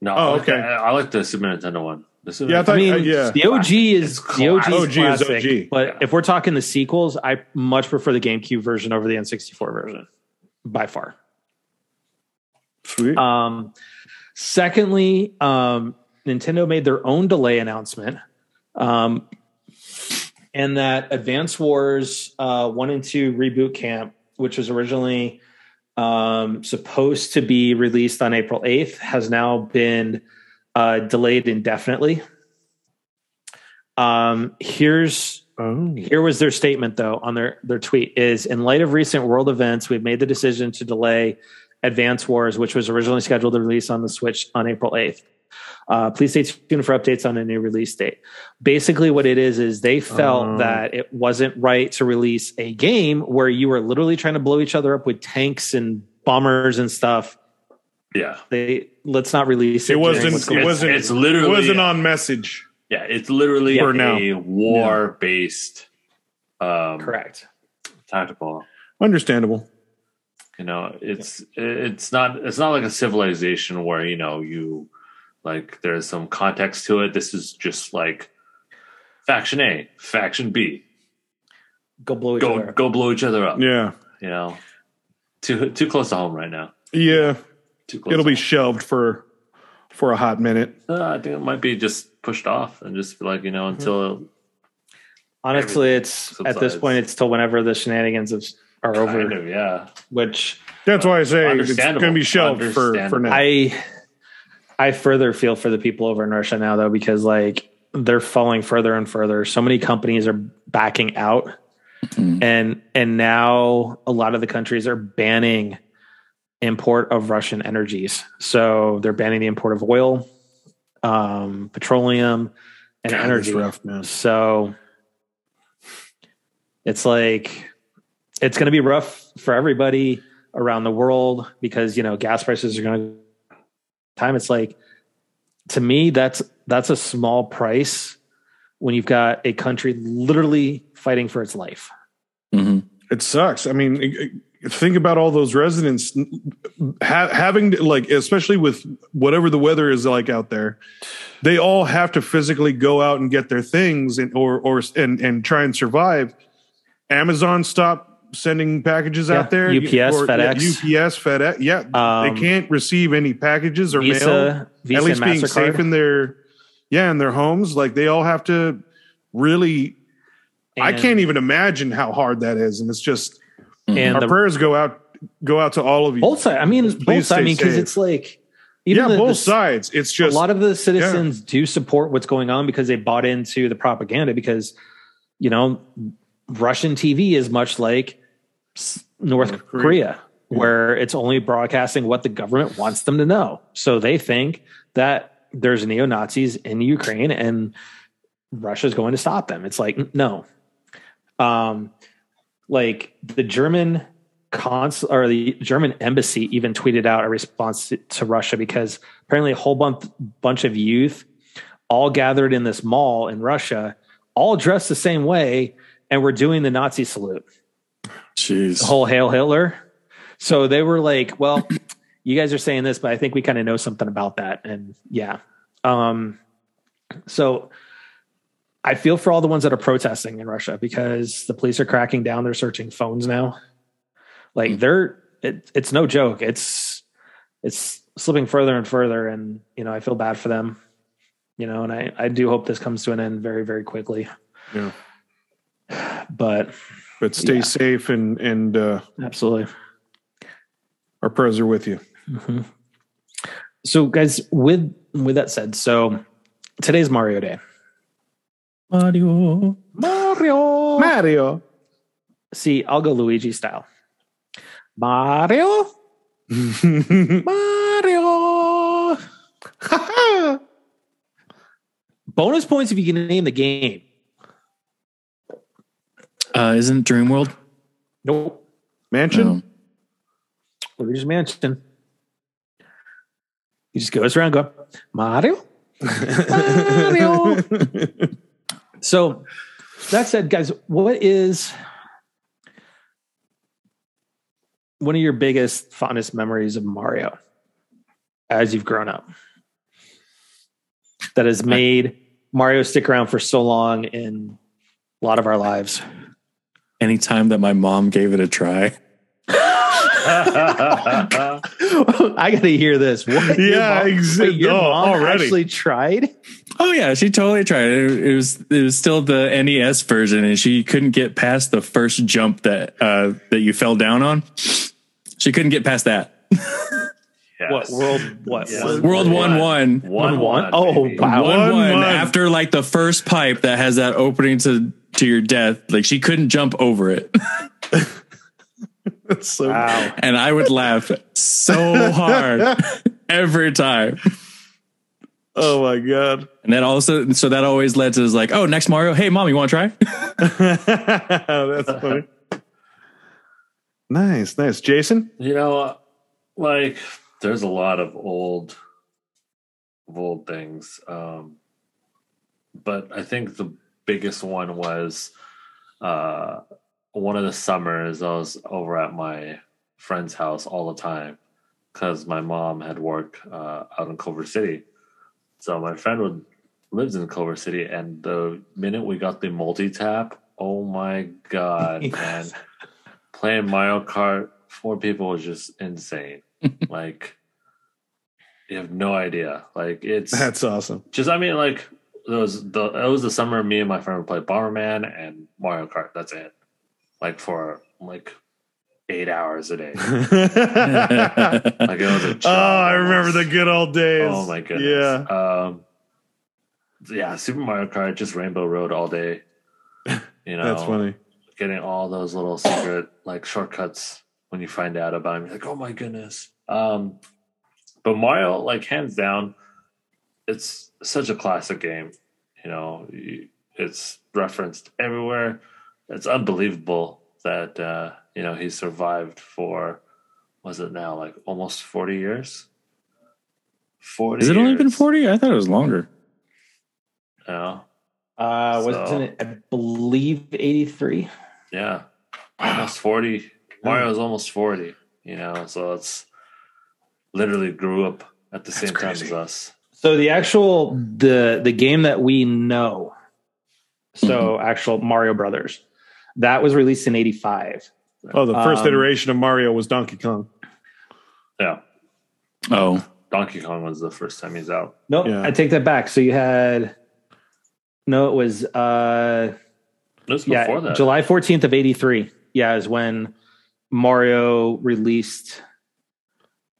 No. Oh, I like okay. the- I like the Super Nintendo one. The Super Yeah, I I thought mean, uh, yeah. the OG is It's the OG is OG is classic, OG. but Yeah. if we're talking the sequels, I much prefer the GameCube version over the N64 version by far. Sweet. Um, secondly, um, Nintendo made their own delay announcement, um, and that Advance Wars uh, One and Two Reboot Camp, which was originally um, supposed to be released on April 8th, has now been uh, delayed indefinitely. Um, here's Oh. here was their statement though on their their tweet is in light of recent world events we've made the decision to delay advance wars which was originally scheduled to release on the switch on april 8th uh, please stay tuned for updates on a new release date basically what it is is they felt Oh. that it wasn't right to release a game where you were literally trying to blow each other up with tanks and bombers and stuff Yeah. they let's not release it, It during wasn't- what's going it on. wasn't- It's literally. It wasn't on message. Yeah, it's literally For a now. war-based um, correct tactical. Understandable. You know, it's it's not it's not like a civilization where you know you like there's some context to it. This is just like faction A, faction B, go blow each other go up. go blow each other up. Yeah. You know, too too close to home right now. Yeah. Too close. It'll to be shelved for for a hot minute. home. Uh, I think it might be just pushed off and just like you Mm-hmm. know until honestly it's at this subsides. point it's till whenever the shenanigans of, are over kind of, yeah. which That's why I say it's Understandable. going to be shelved for for Understandable. now. I I further feel for the people over in Russia now though because like they're falling further and further. So many companies are backing out Mhm. and and now a lot of the countries are banning import of Russian energies. So they're banning the import of oil, um, petroleum and God, energy. that's rough, man. So it's like it's going to be rough for everybody around the world because you know gas prices are going to time. It's like to me that's that's a small price when you've got a country literally fighting for its life. Mhm. It sucks. I mean, it- it- think about all those residents ha- having to, like, especially with whatever the weather is like out there. They all have to physically go out and get their things and or or and and try and survive. Amazon stopped sending packages Yeah, out there. UPS, FedEx. yeah, UPS, FedEx. Yeah, Um, they can't receive any packages or mail. Visa, Visa, at least and being safe Mastercard, in their yeah in their homes like they all have to really i and- can't even imagine how hard that is and it's just and Mm-hmm. our the prayers go out go out to all of you both sides. I mean, both sides. I stay mean, because safe. it's like yeah even the- both the- sides it's just a lot of the citizens do support what's going on because they bought into the propaganda because you know russian tv is much like s- north, North korea, Korea. where it's only broadcasting what the government wants them to know so they think that there's neo-nazis in ukraine and russia's going to stop them it's like n- no um like the german consul or the german embassy even tweeted out a response to- to russia because apparently a whole bunch bunch of youth all gathered in this mall in Russia, all dressed the same way, and were doing the Nazi salute, Jeez. the whole Hail Hitler. So they were like, Well, you guys are saying this, but I think we kind of know something about that. And yeah. Um, so I feel for all the ones that are protesting in Russia because the police are cracking down, they're searching phones now. Like they're it, it's no joke. It's it's slipping further and further and you know i feel bad for them you know and i i do hope this comes to an end very very quickly Yeah. but but stay yeah. safe and and uh absolutely our prayers are with you Mhm. so guys with with that said so today's mario day Mario. mario mario see i'll go luigi style mario mario bonus points if you can name the game Uh, isn't Dreamworld? nope mansion No. Luigi's Mansion. He just goes around going, Mario. Mario. so that said, guys, what is one of your biggest, fondest memories of Mario as you've grown up that has made Mario stick around for so long in a lot of our lives? Anytime that my mom gave it a try. I got to hear this. What? Your Yeah, mom- exa- wait, your oh, mom already. actually tried? Oh yeah, she totally tried it. It, it was it was still the E NES version, and she couldn't get past the first jump that uh, that you fell down on. She couldn't get past that. What world? What Yes. one? World one one. One One, one. oh, baby. wow. one, One, one one. after like the first pipe that has that opening to to your death like she couldn't jump over it That's so Wow. and i would laugh so hard every time Oh my god. and that also so that always led to this like oh next mario hey mom you want to try That's funny. Nice, nice. Jason? You know, uh, like there's a lot of old, of old things, um, but I think the biggest one was uh, one of the summers I was over at my friend's house all the time because my mom had work uh, out in Culver City, so my friend would lives in Culver City, and the minute we got the multi tap, oh my god, man! Playing Mario Kart four people was just insane. like you have no idea. Like it's That's awesome. just I mean like it was the it was the summer me and my friend would play Bomberman and Mario Kart. That's it. Like for like eight hours a day. oh, Like it was a I job remember almost. the good old days. Oh my goodness. Yeah. Um, yeah, Super Mario Kart, just Rainbow Road all day. You know, Yeah, that's funny. getting all those little secret like shortcuts when you find out about them. You're like, oh my goodness. Um, but Mario, like hands down, it's such a classic game. You know, you- it's referenced everywhere. It's unbelievable that uh, you know he survived for was it now like almost forty years. Forty. has it only been years, 40 i thought it was longer You know? Uh, So- wasn't it? I believe eighty three. Yeah. Almost 40. Mario's almost 40, you know, so it's literally grew up at the same time as us. So the actual the the game that we know, so Mm-hmm. actual Mario Brothers, that was released in eighty five. Oh, the first Um, iteration of Mario was Donkey Kong. Yeah. oh Donkey Kong was the first time he's out. No, Yeah. I take that back. So you had no, it was uh It was yeah, before that. July fourteenth of eighty three. Yeah, is when Mario released.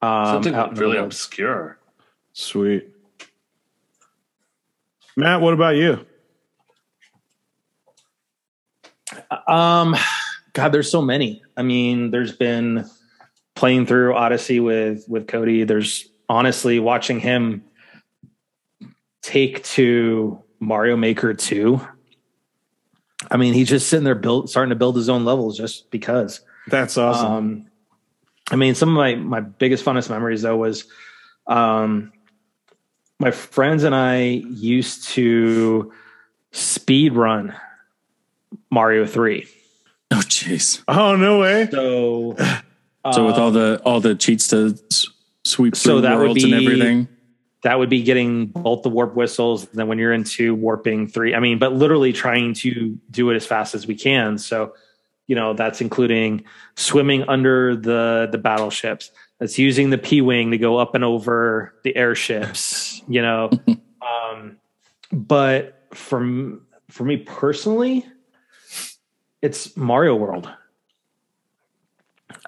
Um, Something out in the really world. obscure. Sweet. Matt, what about you? Um, God, there's so many. I mean, there's been playing through Odyssey with with Cody. There's honestly watching him take to Mario Maker two. I mean, he's just sitting there build, starting to build his own levels just because. That's awesome. Um, I mean, some of my my biggest funnest memories though was um, my friends and I used to speed run Mario three. oh jeez oh, no way. So, so with uh, all the all the cheats to s- sweep So through that would worlds and be- everything that would be getting both the warp whistles. And then when you're into warping three, I mean, but literally trying to do it as fast as we can. So, you know, that's including swimming under the the battleships. That's using the P wing to go up and over the airships. You know, um, but from for me personally, it's Mario World.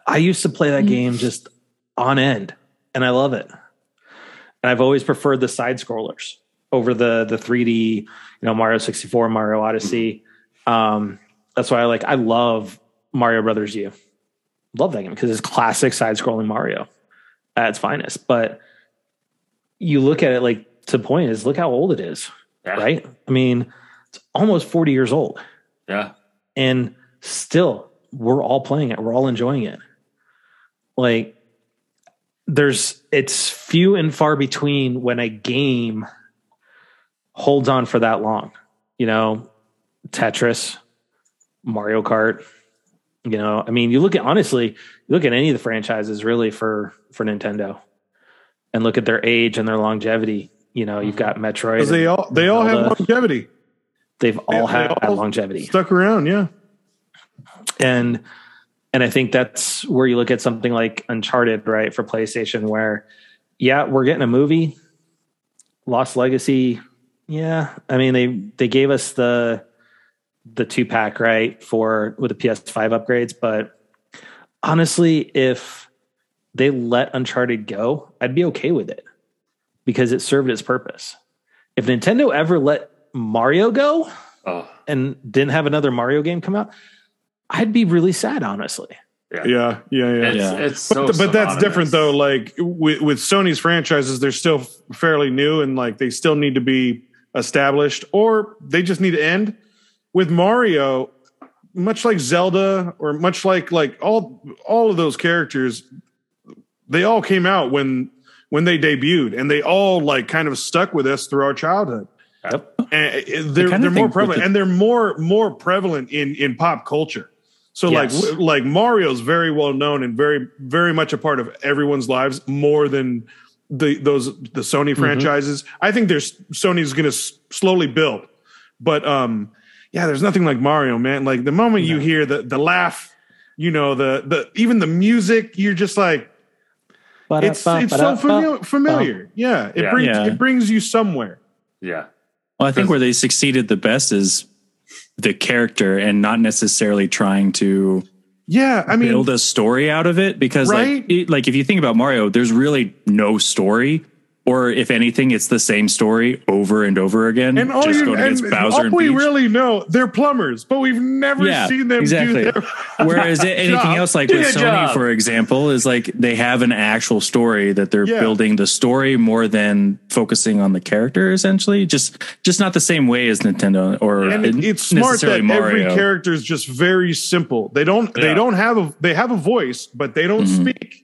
I used to play that game just on end, and I love it. And I've always preferred the side scrollers over the the 3D, you know, Mario 64, Mario Odyssey. Um, that's why I like I love Mario Brothers U. Love that game because it's classic side scrolling Mario at its finest. But you look at it like to the point is look how old it is, Yeah. right? I mean, it's almost 40 years old Yeah. and still we're all playing it we're all enjoying it like there's it's few and far between when a game holds on for that long you know tetris mario kart you know i mean you look at honestly you look at any of the franchises really for for nintendo and look at their age and their longevity you know you've got metroid 'Cause they and all they all have Zelda. longevity. they've all they had all- longevity Stuck around, yeah. and and i think that's where you look at something like uncharted right for playstation where yeah we're getting a movie lost legacy yeah i mean they they gave us the the two pack right for with the ps5 upgrades but honestly if they let Uncharted go, I'd be okay with it because it served its purpose. If Nintendo ever let Mario go Oh, and didn't have another Mario game come out, I'd be really sad, honestly. yeah, yeah, yeah. it's, Yeah. it's so. but, th- but that's synonymous. different though. Like with, with Sony's franchises, they're still f- fairly new and like they still need to be established or they just need to end. With Mario, much like Zelda or much like like all all of those characters, they all came out when when they debuted and they all like kind of stuck with us through our childhood. Yep. And uh, they're they're kinda more think with prevalent the- and they're more more prevalent in in pop culture. So Yes. like w- like Mario's very well known and very very much a part of everyone's lives more than the those the Sony Mm-hmm. franchises. I think there's Sony's going to s- slowly build, but um yeah, there's nothing like Mario, man. Like the moment you hear the the laugh, you know the the even the music, you're just like But it's it's so familiar. familiar. Yeah, it Yeah. brings Yeah. it brings you somewhere. Yeah. Well, I think where they succeeded the best is the character and not necessarily trying to Yeah, I mean, build a story out of it because Right? like it, like if you think about Mario, there's really no story. Or if anything, it's the same story over and over again. and all just you going against and Bowser all and we Peach. really know they're plumbers, but we've never Yeah, seen them exactly. do their Whereas it- anything job. else, like Do with your Sony, job. for example, is like they have an actual story that they're Yeah. building the story more than focusing on the character. Essentially, just just not the same way as Nintendo or and it- it's smart necessarily that every Mario. character is just very simple. They don't they Yeah. don't have a they have a voice, but they don't speak. Mm-hmm.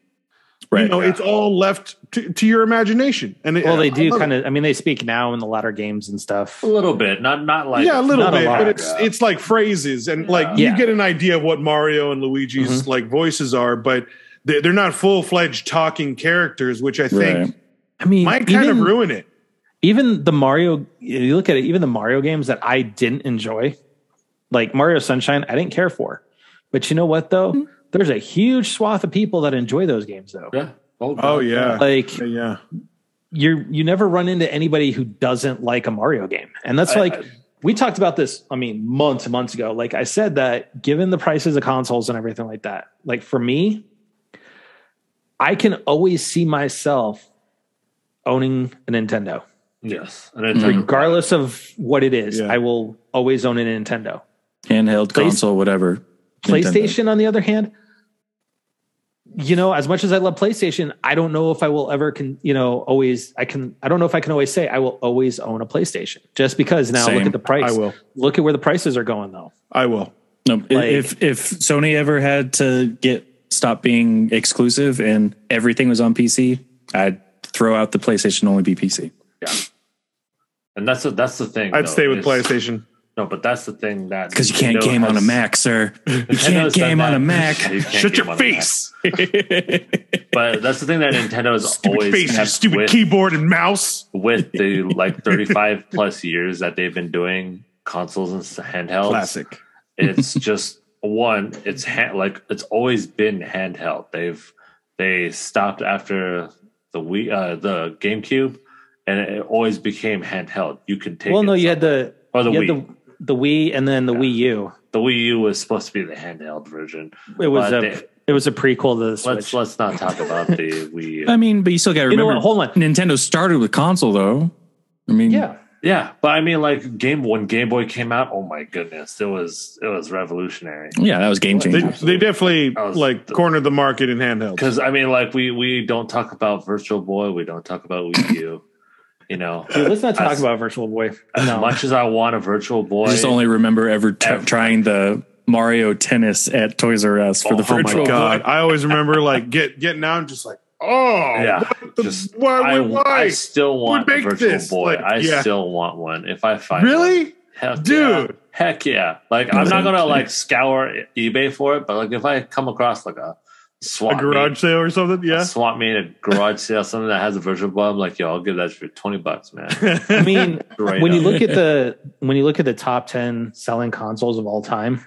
right? You know, it's all left to, to your imagination. And it, Well, they do of. kind of. I mean, they speak now in the latter games and stuff. A little bit, not not like yeah, a little not a bit, lot, but it's yeah. it's like phrases and like Yeah. you get an idea of what Mario and Luigi's Mm-hmm. like voices are, but they're, they're not full fledged talking characters, which I think Right. I mean, might kind even- of ruin it. even the Mario, you look at it, even the Mario games that I didn't enjoy, like Mario Sunshine, I didn't care for. But you know what, Hmm? though? There's a huge swath of people that enjoy those games, though. Yeah. Oh, Oh yeah, Like yeah, you're, you never run into anybody who doesn't like a Mario game, and that's I- like I- we talked about this. I mean, months and months ago. Like I said, that given the prices of consoles and everything like that, like for me, I can always see myself owning a Nintendo. Yes. And it's Mm-hmm. like, regardless of what it is, Yeah. I will always own a Nintendo. handheld Play- console, whatever. Nintendo. PlayStation, on the other hand, you know, as much as I love PlayStation, I don't know if I will ever can, you know, always I can I don't know if I can always say I will always own a PlayStation. Just because now look Same. at the price. I will. Look at where the prices are going though. I will. No, if if Sony ever had to get stop being exclusive and everything was on PC, I'd throw out the PlayStation only be PC. and that's the that's the thing. I'd though, stay with is- PlayStation. No, but that's the thing that Because you can't Nintendo game on a has- Mac, sir. You Nintendo's can't done game on that. a Mac. You can't Shut game your on a Mac. face, But that's the thing that Nintendo is always stupid face, you had stupid with, keyboard and mouse. with the like 35 plus years that they've been doing consoles and s- handhelds. It's just one. It's hand, like it's always been handheld. They've they stopped after the Wii, uh, the GameCube, and it always became handheld. You can take well, it no, you had the Or the you had Wii. the, the Wii and then the Wii U. the Wii U was supposed to be the handheld version. It was But a they- it was a prequel to the Let's Switch. let's not talk about the Wii. U. I mean, but you still got to You know remember. what? Hold on. Nintendo started with console, though. I mean, yeah. Yeah, but I mean, like Game when Game Boy came out, oh my goodness, it was it was revolutionary. yeah, that was game They, changer. they definitely I was- like cornered the market in handheld. Because I mean, like we we don't talk about Virtual Boy, we don't talk about Wii U. You know, Dude, let's not talk That's- about Virtual Boy. as No. much as I want a Virtual Boy, I just only remember ever t- trying the Mario Tennis at Toys R Us for the Oh my virtual. God. God, I always remember like get getting out and just like, oh, yeah, what the- just why, I, I why, why? still want a make Virtual this? Boy. Like, I yeah. still want one if I find one. really? Heck Dude. yeah. heck yeah! Like I'm not thank gonna you. like scour eBay for it, but like if I come across like a swap A garage sale or something? yeah. Yeah. swap me in a garage sale, something that has a virtual boy. I'm like, yo, I'll give that for twenty bucks, man. I mean, Right when you up. look at the when you look at the top 10 selling consoles of all time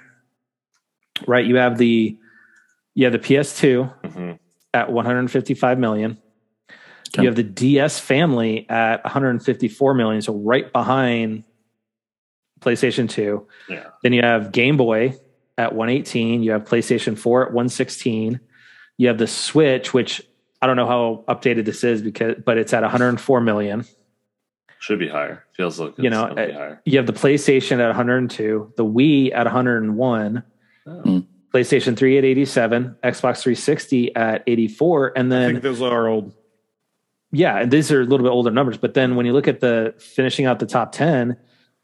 right you have the you have the ps2 Mhm. at 155 million Okay. you have the ds family at 154 million so right behind playstation 2 Yeah. then you have game boy at 118 you have playstation 4 at 116 you have the switch which I don't know how updated this is because, but it's at 104 million. Should be higher. Feels like it's You know, gonna be uh, higher. You have the PlayStation at 102, the Wii at 101, Oh. PlayStation 3 at 87, Xbox 360 at 84, and I then think those are old. yeah, and these are a little bit older numbers. But then when you look at the finishing out the top 10,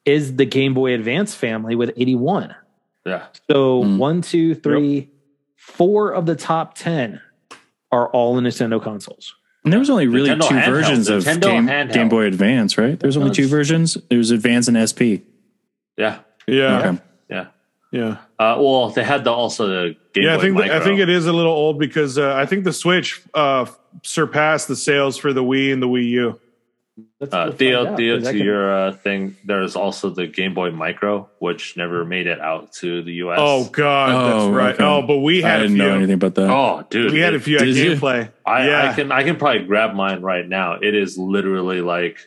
is the Game Boy Advance family with 81. Yeah. So Hmm. one, two, three, four of the top 10 are all Nintendo consoles. And there was only really Nintendo two handheld. versions of Nintendo Game, handheld. Game Boy Advance, right? There's only two That's- versions. There's Advance and SP. Yeah. Yeah, Okay. Yeah. yeah, Uh, well, they had the also the Game yeah. Boy I think Micro. I think it is a little old because uh, I think the Switch uh, surpassed the sales for the Wii and the Wii U. Let's- Uh, let's Theo, find out, Theo, 'cause I to can- your uh, thing, there's also the Game Boy Micro, which never made it out to the U.S. Oh God, Oh, that's right. okay. Oh, but we I had a didn't few. know anything about that. oh, dude, We had it- a few at Did you? gameplay. I, I yeah, can I can probably grab mine right now. It is literally like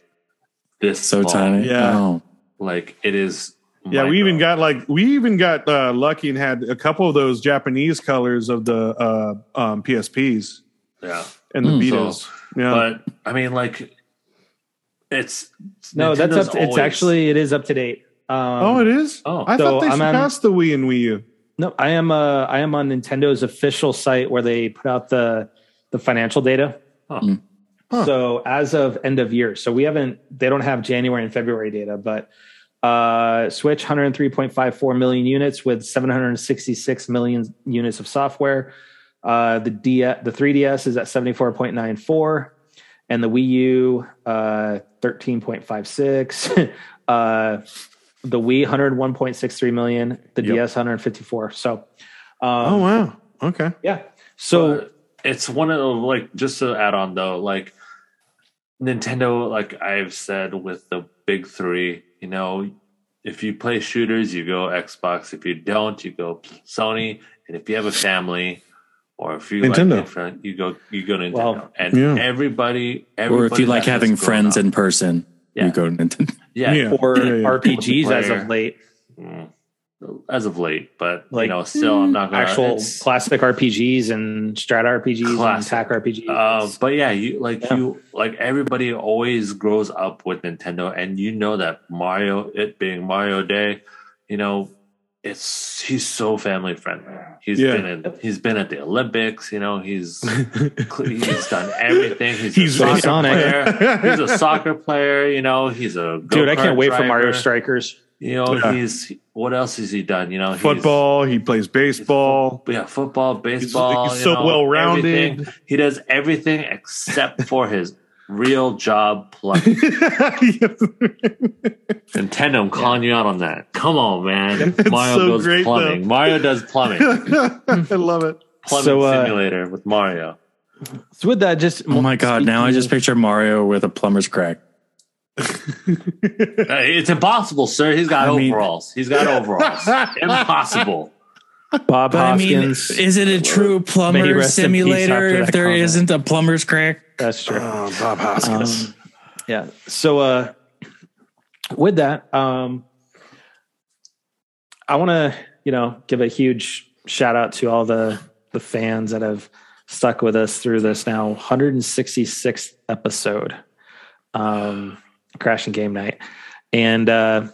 this so small. tiny. Yeah. Oh. Like it is. yeah. We even micro. got like we even got uh, lucky and had a couple of those Japanese colors of the uh, um, PSPs yeah. and the Hmm. Beatles. So- yeah, But I mean, like it's No, that's Nintendo's up. it's always- actually it is up to date. Um, oh, it is. Oh. I So thought they I'm on- surpassed the Wii and Wii U. No, I am. Uh, I am on Nintendo's official site where they put out the the financial data. Huh. Mm. Huh. So as of end of year, so we haven't. They don't have January and February data, but uh, Switch 103.54 million units with 766 million units of software. Uh, the D the 3DS is at 74.94, and the Wii U uh, 13.56. uh, the Wii 101.63 million, the Yep. DS 154. So, um, oh wow. Okay. yeah. So But it's one of the, like just to add on though, like Nintendo, like I've said with the big three, you know, if you play shooters, you go Xbox. If you don't, you go Sony. And if you have a family, or if you Nintendo. like different, you go you go Nintendo. Well, and yeah. everybody, Or everybody, if you like that's having just grown friends up. in person, Yeah. you go to Nintendo. yeah, for Yeah, yeah, yeah. RPGs as Multiplayer. of late, mm, as of late, but you Like, know, still I'm Uh, not gonna actual it's- classic RPGs and strata RPGs Classic. and attack RPGs. Uh, but yeah, you like Yeah. you like everybody always grows up with Nintendo, and you know that Mario, it being Mario Day, you know, it's he's so family friendly. He's Yeah. been in, he's been at the Olympics, you know, he's he's done everything. He's, He's a soccer Sonic. player. He's a soccer player, you know. He's a Dude, I can't go-kart wait for Mario driver. Strikers. You know, Yeah. he's what else has he done? You know, he's- Football. He plays baseball. but yeah, football, baseball. he's you so know, well-rounded. everything. He does everything except for his real job plumbing. Nintendo, I'm calling you out on that. Come on, man. Mario so goes great, plumbing. though. Mario does plumbing. I love it. Plumbing So, uh, simulator with Mario. So with that, just Oh my god! Now I just picture Mario with a plumber's crack. Uh, It's impossible, sir. He's got I mean- overalls. He's got overalls. impossible. Bob But I mean, Hoskins. is it a May true he plumber rest in peace after simulator if that there comment. not a plumber's crack? that's true. Uh, Bob Hoskins. Um, yeah. So uh with that, um I want to, you know, give a huge shout out to all the the fans that have stuck with us through this now 166th episode um crashing game night and uh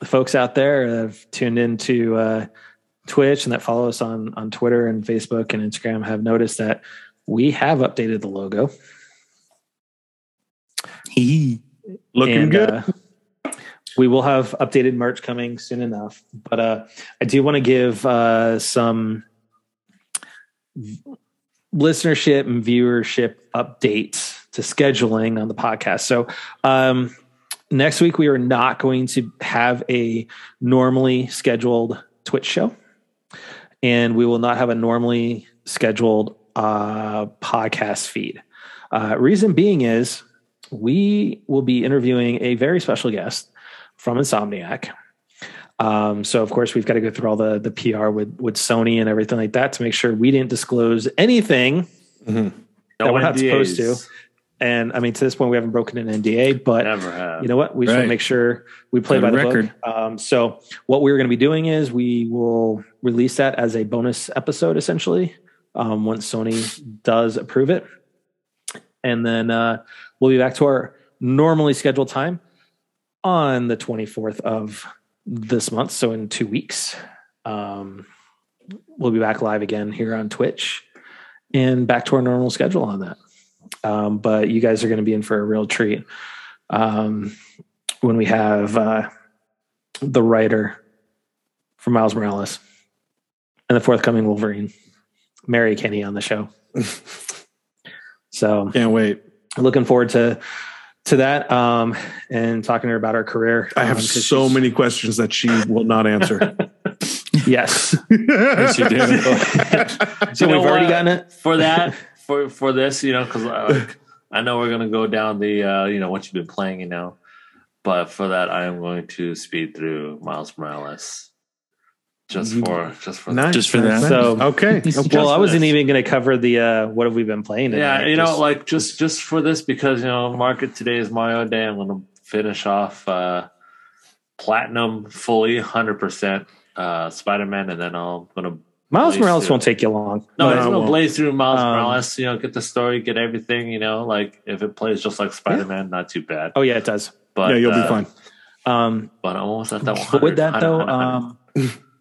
the folks out there that have tuned into uh twitch and that follow us on on twitter and facebook and instagram have noticed that we have updated the logo Hee. Looking and, good. uh, we will have updated merch coming soon enough, but uh, I do want to give uh, some v- listenership and viewership updates to scheduling on the podcast. So um, next week we are not going to have a normally scheduled Twitch show, and we will not have a normally scheduled uh, podcast feed. Uh, reason being is we will be interviewing a very special guest from Insomniac. Um, so of course we've got to go through all the the PR with with Sony and everything like that to make sure we didn't disclose anything. No we're not NDAs. supposed And I mean, to this point, we haven't broken an NDA, but Never have. you know what? We should Right. make sure we play Got by a the record. book. Um, so what we're going to be doing is we will release that as a bonus episode, essentially, um, once Sony does approve it. and then uh, we'll be back to our normally scheduled time on the 24th of this month. So in two weeks, um, we'll be back live again here on Twitch and back to our normal schedule on that. Um, but you guys are going to be in for a real treat um, when we have uh, the writer for Miles Morales and the forthcoming Wolverine, Mary Kenny, on the show. so Can't wait. looking forward to to that um, and talking to her about our career. I um, have 'cause so she's- many questions that she will not answer. Yes. Yes, you do. so You know we've already what? gotten it. for that for for this you know because i know we're gonna go down the uh you know what you've been playing you know but for that i am going to speed through miles morales just for just for Nice, Just for nice, that. So- nice. okay. okay. well, I wasn't this. even going to cover the uh, what have we been playing? yeah tonight, you know just- like just just for this because you know market today is mario day i'm gonna finish off uh platinum fully 100% uh spider-man and then i'm gonna Miles Blaze Morales through. won't take you long. No, No, it's it no won't. blaze through Miles Um, Morales. You know, get the story, get everything. You know, like if it plays just like Spider Man, not too bad. Oh yeah, it does. But Yeah, you'll be uh, fine. Um, But I'm almost at that one. but with that though, um,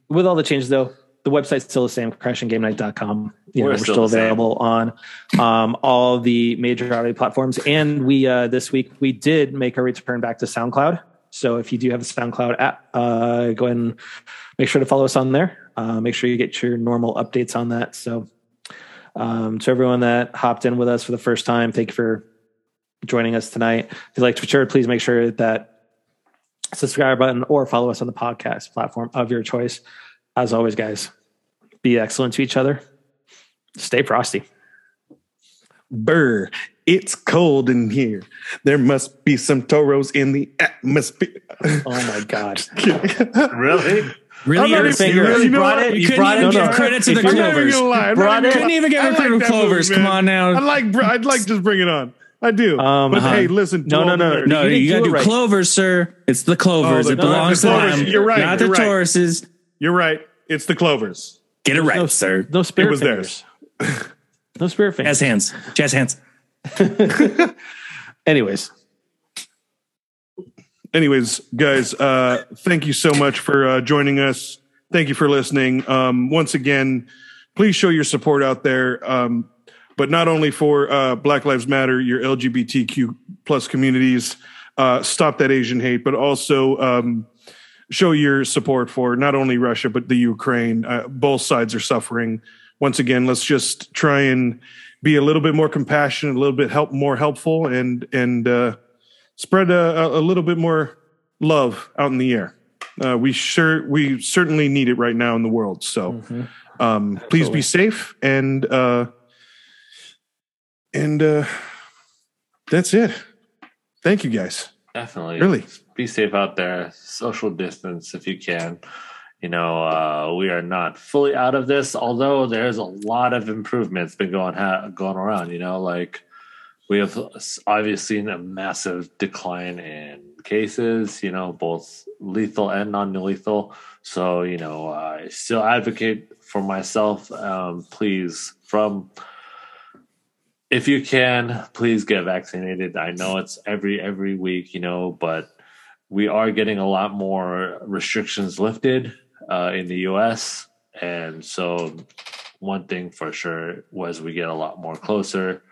with all the changes though, the website's still the same. Crashandgamenight.com. You know, We're we're still still the same. available on um, all the major audio platforms, and we uh, this week we did make a return back to SoundCloud. So if you do have a SoundCloud app, uh, go ahead and make sure to follow us on there. Uh, make sure you get your normal updates on that. So um, to everyone that hopped in with us for the first time, thank you for joining us tonight. If you liked what you heard, please make sure that subscribe button or follow us on the podcast platform of your choice. As always, guys, be excellent to each other. Stay frosty. Burr, it's cold in here. There must be some toros in the atmosphere. Oh my God. um, really, Really, I'm not your even- finger. really- You You know brought what? it. You You, couldn't brought it. even no, give no. credit to the If you- I'm not even clovers. gonna lie. I'm Brought not even it. gonna- Couldn't even get I her like through that clovers. movie, Come man. on I now. like, br- I'd like just bring it on. I do. Um, but uh-huh. hey, listen. No, no, 12 no, to 30. No, You you, didn't do gotta it do right. clovers, sir. It's the clovers. Oh, the- it no, the belongs to clovers. them. You're right, Not you're the right. Tauruses. You're right. It's the clovers. Get it right, No, sir. no spirit It was fingers. no spirit fingers. Jazz hands. Jazz hands. Anyways, anyways guys uh thank you so much for uh joining us thank you for listening um once again please show your support out there um but not only for uh black lives matter your lgbtq plus communities uh stop that asian hate but also um show your support for not only russia but the ukraine uh, both sides are suffering once again let's just try and be a little bit more compassionate a little bit help more helpful and and uh spread a, a, a little bit more love out in the air. Uh, we sure we certainly need it right now in the world. So Mm-hmm. um, please be safe and uh, and uh, that's it. Thank you guys. definitely. Really. be safe out there. Social distance if you can. You know, uh, we are not fully out of this, although there's a lot of improvements been going ha- going around. You know, like we have s- obviously seen a massive decline in cases. You know, both lethal and non-lethal. So you know, I still advocate for myself. Um, please, from if you can, please get vaccinated. I know it's every every week, you know, but we are getting a lot more restrictions lifted uh, in the U.S. And so, one thing for sure was we get a lot more closer.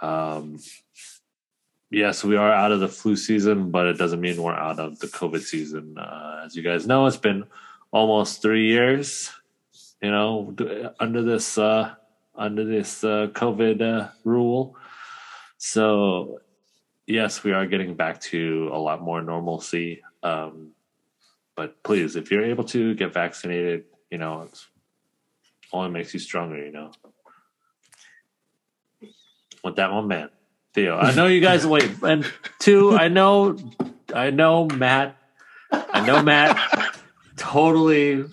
Um, yes, we are out of the flu season, but it doesn't mean we're out of the COVID season. Uh, as you guys know, it's been almost three years, you know, d- under this uh, under this uh, COVID uh, rule. So yes, we are getting back to a lot more normalcy. Um, but please, if you're able to get vaccinated, you know, it's only makes you stronger, you know. With that one man, Theo. I know you guys wait. And two, I know I know Matt. I know Matt totally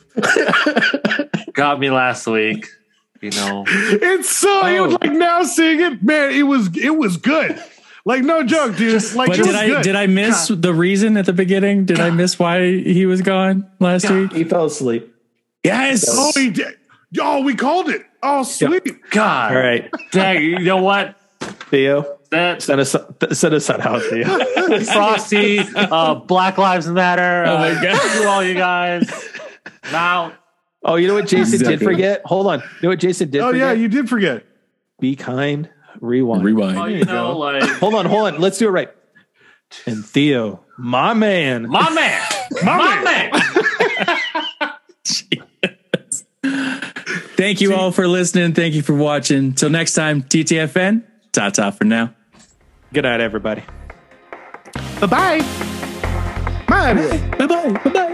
got me last week. You know, It's so you Oh. like now seeing it, man. It was it was good. Like no joke, dude. like But it did was I good. did I miss the reason at the beginning? Did I miss why he was gone last week? he fell asleep. Yes. oh, he did. Oh, we called it. Oh, sweet. God. All right, Dang, you know what? Theo. That Send us send us that out. Yeah. Frosty, uh, Black Lives Matter. Oh my uh, God. screw all you guys. Now, Oh, you know what Jason did Exactly. forget? Hold on. You know what Jason did Oh forget? yeah, you did forget. Be kind. Rewind. Rewind. oh, you know, like Hold on, hold on. Let's do it right. And Theo, my man. my man, my man. Thank you all for listening. Thank you for watching. Till next time, TTFN. Ta ta for now. Good night, everybody. Bye bye. Bye. Bye bye. Bye bye.